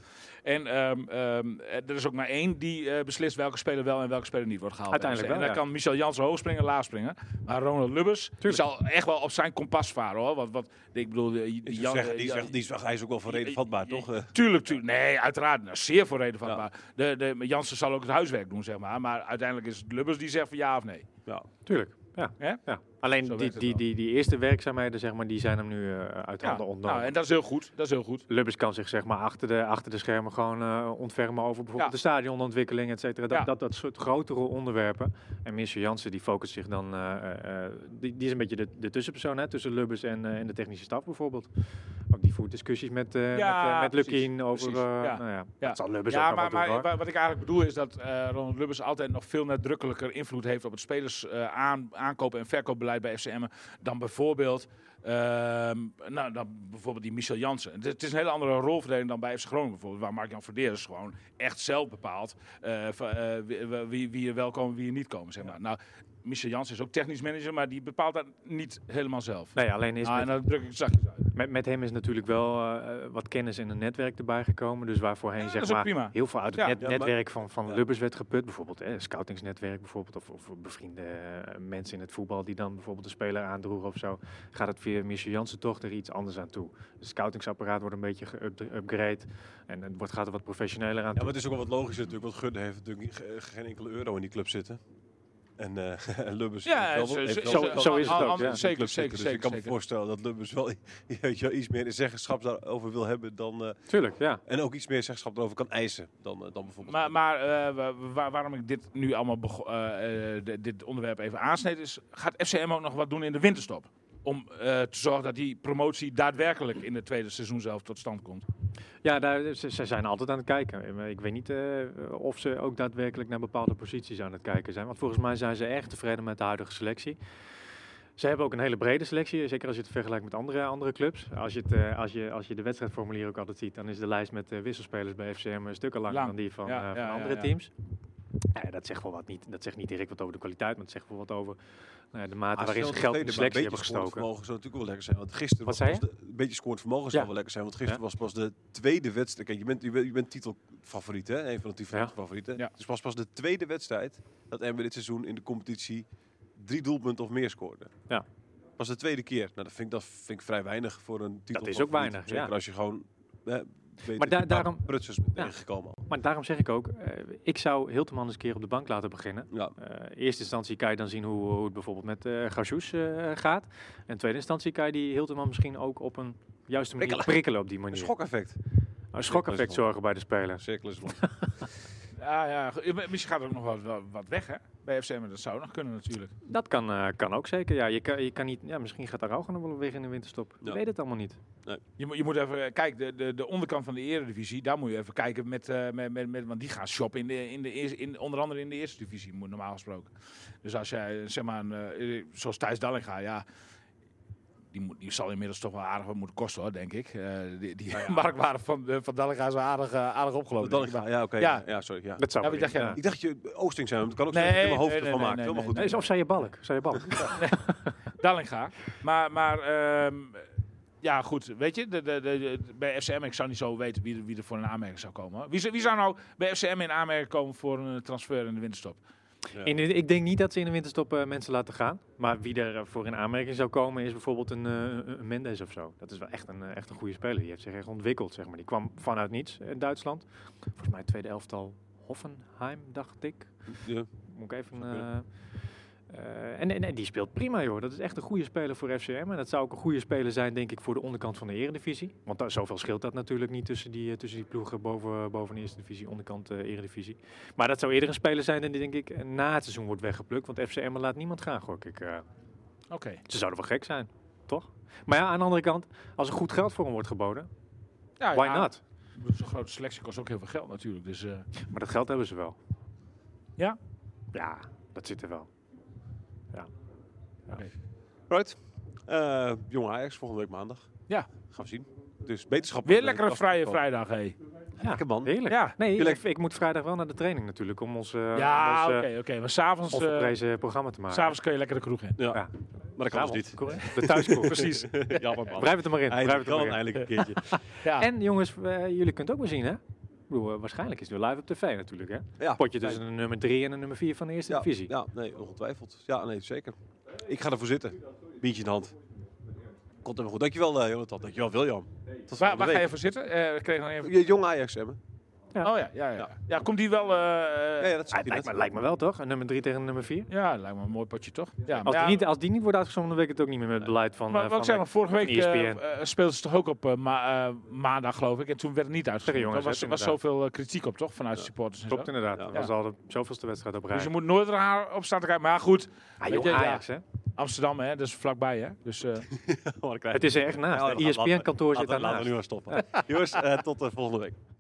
C: En ehm, ehm, er is ook maar één die eh, beslist welke speler wel en welke speler niet wordt gehaald.
B: Uiteindelijk
C: En
B: wel,
C: dan
B: ja.
C: kan Michel Jansen hoog springen, laag springen. Maar Ronald Lubbers die zal echt wel op zijn kompas varen. Hoor. Want, want ik bedoel, eh, die
A: Die
C: Jan-
A: zeggen, die
C: Jan-
A: zeggen, die zeggen, hij is ook wel voor reden vatbaar, toch? Eh,
C: Tuurlijk, tuurlijk. Nee, uiteraard. Nou, zeer voor reden van. Maar de, de, Jansen zal ook het huiswerk doen, zeg maar. Maar uiteindelijk is het Lubbers die zegt van ja of nee.
A: ja.
B: Tuurlijk. Ja.
C: Hè?
B: Ja. Alleen
C: Zo
B: die,
C: werkt het
B: die,
C: wel.
B: die, die eerste werkzaamheden, zeg maar, die zijn hem nu eh, uit
C: Ja.
B: handen ontnomen.
C: Nou, en dat is heel goed. Dat is heel goed.
B: Lubbers kan zich zeg maar achter de, achter de schermen gewoon eh, ontfermen over bijvoorbeeld
C: Ja.
B: de stadionontwikkeling, et cetera. Dat,
C: Ja.
B: dat, dat soort grotere onderwerpen. En Michel Jansen die focust zich dan, eh, eh, eh, die, die is een beetje de, de tussenpersoon hè, tussen Lubbers en, eh, en de technische staf bijvoorbeeld. Ook die voert discussies met, eh
C: Ja,
B: met, eh, met
C: precies,
B: Lukien over,
C: precies,
B: eh,
C: ja.
B: nou ja,
C: Ja.
B: dat zal Lubbers
C: ja,
B: ook nog
C: maar,
B: wel
C: maar
B: doen hoor.
C: wa- wat ik eigenlijk bedoel is dat eh, Ronald Lubbers altijd nog veel nadrukkelijker invloed heeft op het spelers eh, aan, aankopen en verkoopbeleid bij FCM dan bijvoorbeeld, ehm, nou, dan bijvoorbeeld die Michel Jansen. Het, het is een hele andere rolverdeling dan bij FC Groningen bijvoorbeeld, waar Mark-Jan Verderes gewoon echt zelf bepaalt eh, van, eh, wie, wie, wie er wel komen en wie er niet komen. Zeg maar. Nou, Michel Jansen is ook technisch manager, maar die bepaalt dat niet helemaal zelf.
B: Nee, alleen is
C: Ah, en
B: met,
C: dan druk ik het zachtjes uit.
B: met, met hem is natuurlijk wel eh, wat kennis en een netwerk erbij gekomen. Dus waar voorheen
C: Ja, dat
B: zeg
C: is ook
B: maar
C: prima.
B: heel veel uit het
C: Ja,
B: net-
A: ja, maar-
B: netwerk van, van
A: ja.
B: Lubbers werd geput. Bijvoorbeeld eh, scoutingsnetwerk bijvoorbeeld. Of, of bevriende eh, mensen in het voetbal die dan bijvoorbeeld een speler aandroegen of zo. Gaat het via Michel Jansen toch er iets anders aan toe. Het scoutingsapparaat wordt een beetje geupgrade. En het wordt, gaat er wat professioneler
A: Ja,
B: aan
A: maar
B: toe.
A: het is ook wel wat logischer natuurlijk. Want Gudde heeft natuurlijk niet- ge- geen enkele euro in die club zitten. En, eh en Lubbers
C: Ja,
A: heeft wel
C: zo-
A: wat- heeft
C: zo-
A: wel
B: zo-
A: wat
B: zo is
A: in
B: het
A: die
B: ook,
A: club
B: ja.
A: zitten.
C: Zeker, zeker,
A: Dus
C: zeker,
A: ik kan me
C: zeker.
A: voorstellen dat Lubbers wel i- weet je wel, iets meer zeggenschap daarover wil hebben dan... eh,
B: Tuurlijk, ja.
A: en ook iets meer zeggenschap erover kan eisen dan, eh, dan bijvoorbeeld...
C: Maar, maar eh, wa- wa- waarom ik dit nu allemaal bego- eh, eh, d- dit onderwerp even aansneed, is gaat FCM ook nog wat doen in de winterstop? Om eh, te zorgen dat die promotie daadwerkelijk in het tweede seizoen zelf tot stand komt.
B: Ja, daar, ze, ze zijn altijd aan het kijken. Ik weet niet eh, of ze ook daadwerkelijk naar bepaalde posities aan het kijken zijn. Want volgens mij zijn ze erg tevreden met de huidige selectie. Ze hebben ook een hele brede selectie, zeker als je het vergelijkt met andere, andere clubs. Als je, het, eh, als, je, als je de wedstrijdformulier ook altijd ziet, dan is de lijst met eh, wisselspelers bij FCM een stukken langer
C: Lang.
B: dan die van,
C: Ja,
B: eh,
C: ja,
B: van
C: ja,
B: andere
C: ja.
B: teams. Ja, dat zegt wel wat niet. Dat zegt niet direct wat over de kwaliteit, maar het zegt wel wat over nou ja, de mate
C: Ah,
B: waarin ze geld in de selectie hebben gestoken.
A: vermogen zou natuurlijk wel lekker zijn. Want gisteren was
B: Wat zei
A: pas de, een beetje scorend vermogen zou
B: Ja.
A: wel lekker zijn. Want gisteren
B: Ja.
A: was pas de tweede wedstrijd. Kijk, je bent, je bent, je bent titelfavoriet, hè? Een van de titelfavorieten.
C: Ja.
A: Dus was pas de tweede wedstrijd dat Emmen dit seizoen in de competitie drie doelpunten of meer scoorde.
B: Ja.
A: Pas de tweede keer. Nou, dat vind ik, dat vind ik vrij weinig voor een titel.
B: ook weinig,
A: Zeker
B: ja.
A: als je gewoon. Hè, weet dat je
B: Maar daar-
A: een paar
B: daarom-
A: Prutsers bent
B: Ja.
A: tegengekomen.
B: Maar daarom zeg ik ook, eh, ik zou Hilteman eens een keer op de bank laten beginnen.
A: Ja.
B: Eh, eerste instantie kan je dan zien hoe, hoe het bijvoorbeeld met eh Garsjoes eh, gaat. En tweede instantie kan je die Hilteman misschien ook op een juiste manier
A: Prikkelen.
B: prikkelen, op die
A: Een
B: manier. Nou,
A: schokeffect.
B: een schokeffect zorgen bij de spelers.
A: Cirkel is
B: Oh,
A: rond.
C: Ja, ja, go- misschien gaat er ook nog wat, wat- wat weg hè? bij FCM. Dat zou nog kunnen natuurlijk.
B: Dat kan, eh, kan ook zeker. Ja, je kan, je kan niet, ja, misschien gaat Araujo nog wel weer in de winterstop. Je
A: Ja.
B: weet het allemaal niet.
C: Je, moet- je moet even, eh, kijk, de, de, de onderkant van de eredivisie, daar moet je even kijken met, eh, met, met, met want die gaan shoppen in de, in de eerste, in, onder andere in de eerste divisie, moet normaal gesproken. Dus als jij, eh, zeg maar, een, eh, zoals Thijs Dallinga, ja, die, moet, die zal inmiddels toch wel aardig wat moeten kosten hoor, denk ik. Eh, die die marktwaarde van, eh, van Dallinga is aardig, eh, aardig opgelopen.
A: Oh, Dan
C: denk ik.
A: ga- ja, oké.
C: Ja.
A: Ja. ja, sorry. Ja.
B: Dat zou
C: Ja,
B: wel
C: wat dacht jij
B: kunnen,
C: dan?
A: Ik dacht dat je Oosting zijn, want dat kan ook
C: Nee,
A: zijn dat je er mijn
C: nee,
A: hoofd
C: nee,
A: van maakt.
C: nee,
A: Helemaal
C: nee,
A: goed.
B: Nee, of zei je balk? Zei je balk?
C: Dallinga. Maar, maar ehm, ja, goed. Weet je, de, de, de, de- bij FCM, ik zou niet zo weten wie, wie er voor een aanmerking zou komen. hoor. Wie, zou- wie zou nou bij FCM in aanmerking komen voor een eh, transfer in de winterstop?
B: In de- ik denk niet dat ze in de winterstop eh, mensen laten gaan. Maar wie er eh, voor in aanmerking zou komen is bijvoorbeeld een, eh, een Mendes of zo. Dat is wel echt een, eh, echt een goede speler. Die heeft zich echt ontwikkeld, zeg maar. Die kwam vanuit niets in Duitsland. Volgens mij het tweede elftal Hoffenheim, dacht ik.
A: Ja.
B: Moet ik even...
A: Zou kunnen.
B: eh, eh, en, en, en die speelt prima, joh. Dat is echt een goede speler voor FCM. En dat zou ook een goede speler zijn, denk ik, voor de onderkant van de eredivisie. Want daar, zoveel scheelt dat natuurlijk niet tussen die, eh, tussen die ploegen boven, boven de eerste divisie, onderkant eh eredivisie. Maar dat zou eerder een speler zijn dan die, denk ik, eh, na het seizoen wordt weggeplukt. Want FCM laat niemand gaan, gok ik. eh.
C: Oké.
B: ze zouden wel gek zijn, toch? Maar ja, aan de andere kant, als er goed geld voor hem wordt geboden,
C: Ah, Ja,
B: why
C: ja,
B: not?
C: Zo'n grote selectie kost ook heel veel geld natuurlijk. Dus, eh,
B: Maar dat geld hebben ze wel.
C: Ja?
B: Ja, dat zit er wel.
A: Right. Eh Jong Ajax, volgende week maandag.
C: Ja.
A: Gaan we zien. Dus beterschap.
C: weer
A: met de
C: lekkere
A: kast-
C: vrije vrijdag, hé.
B: Ja,
A: Lekker man.
B: Heerlijk.
C: Ja,
B: nee,
A: heerlijk.
B: Ik, ik moet vrijdag wel naar de training natuurlijk om ons, eh, om
C: Ja,
B: ons
C: oké,
B: eh,
C: oké. Maar s'avonds eh,
B: opgeprezen programma te maken.
C: avonds kun je lekker de kroeg in.
A: Ja.
B: Ja.
A: Maar dat kan dus niet.
B: Correct. De thuiskoek.
C: Precies.
A: Jammer man.
B: Wrijf het er maar in. Wrijf
A: Eindelijk
B: het er
A: wel,
B: maar in.
A: eindelijk een keertje.
C: Ja.
B: En jongens, eh, jullie kunnen het ook maar zien, hè? Ik bedoel, eh, waarschijnlijk is het nu live op tv natuurlijk, hè?
A: Ja.
B: Potje tussen een nummer 3 en een nummer 4 van de eerste
A: ja,
B: divisie.
A: Ja, nee, ongetwijfeld. Ja, nee, zeker. Ik ga ervoor zitten. Biertje in de hand. Komt helemaal goed. Dankjewel, eh Jonathan. Dankjewel, William. Tot
C: Waar, waar
A: volgende
C: ga je
A: week.
C: voor zitten? Eh, ik kreeg nog even...
A: Je- Jong Ajax hebben.
B: Ja.
C: Oh ja, ja, ja.
A: Ja.
C: ja. komt die wel... eh,
A: Ja, ja, dat
B: Ah,
A: zag
B: het
A: je
B: lijkt,
A: net.
B: me, lijkt me wel, toch? Een nummer 3 tegen een nummer 4.
C: ja, lijkt me een mooi potje, toch? Ja,
B: Als,
C: ja,
B: die niet, als die niet wordt uitgezonden, dan weet ik het ook niet meer met het beleid van...
C: Maar
B: eh,
C: wat ik
B: van E
C: zei, maar vorige week
B: ESPN.
C: eh, eh, speelden ze toch ook op eh, ma- eh, maandag, geloof ik. En toen werd het niet uitgezonden.
B: jongens,
C: Er was,
B: hè,
C: was
B: inderdaad.
C: zoveel eh, kritiek op, toch? Vanuit supporters en
B: Klopt
C: zo.
B: inderdaad.
A: Ja.
B: Dat was al de zoveelste wedstrijd op rij.
C: Dus je moet nooit eraan op staan te kijken. Maar goed,
B: Ah,
C: Weet
B: jong
C: je, ja.
B: Ajax, hè?
C: Amsterdam, hè, dat is vlakbij, hè. Dus eh,
A: Oh, dan krijg je-
B: Het is er echt naast. E
A: Ja,
B: Het
A: Nou, laten we-
B: ESPN-kantoor zit
A: laten we-
B: daarnaast.
A: Laten we nu maar stoppen. Jongens, eh, tot de volgende week.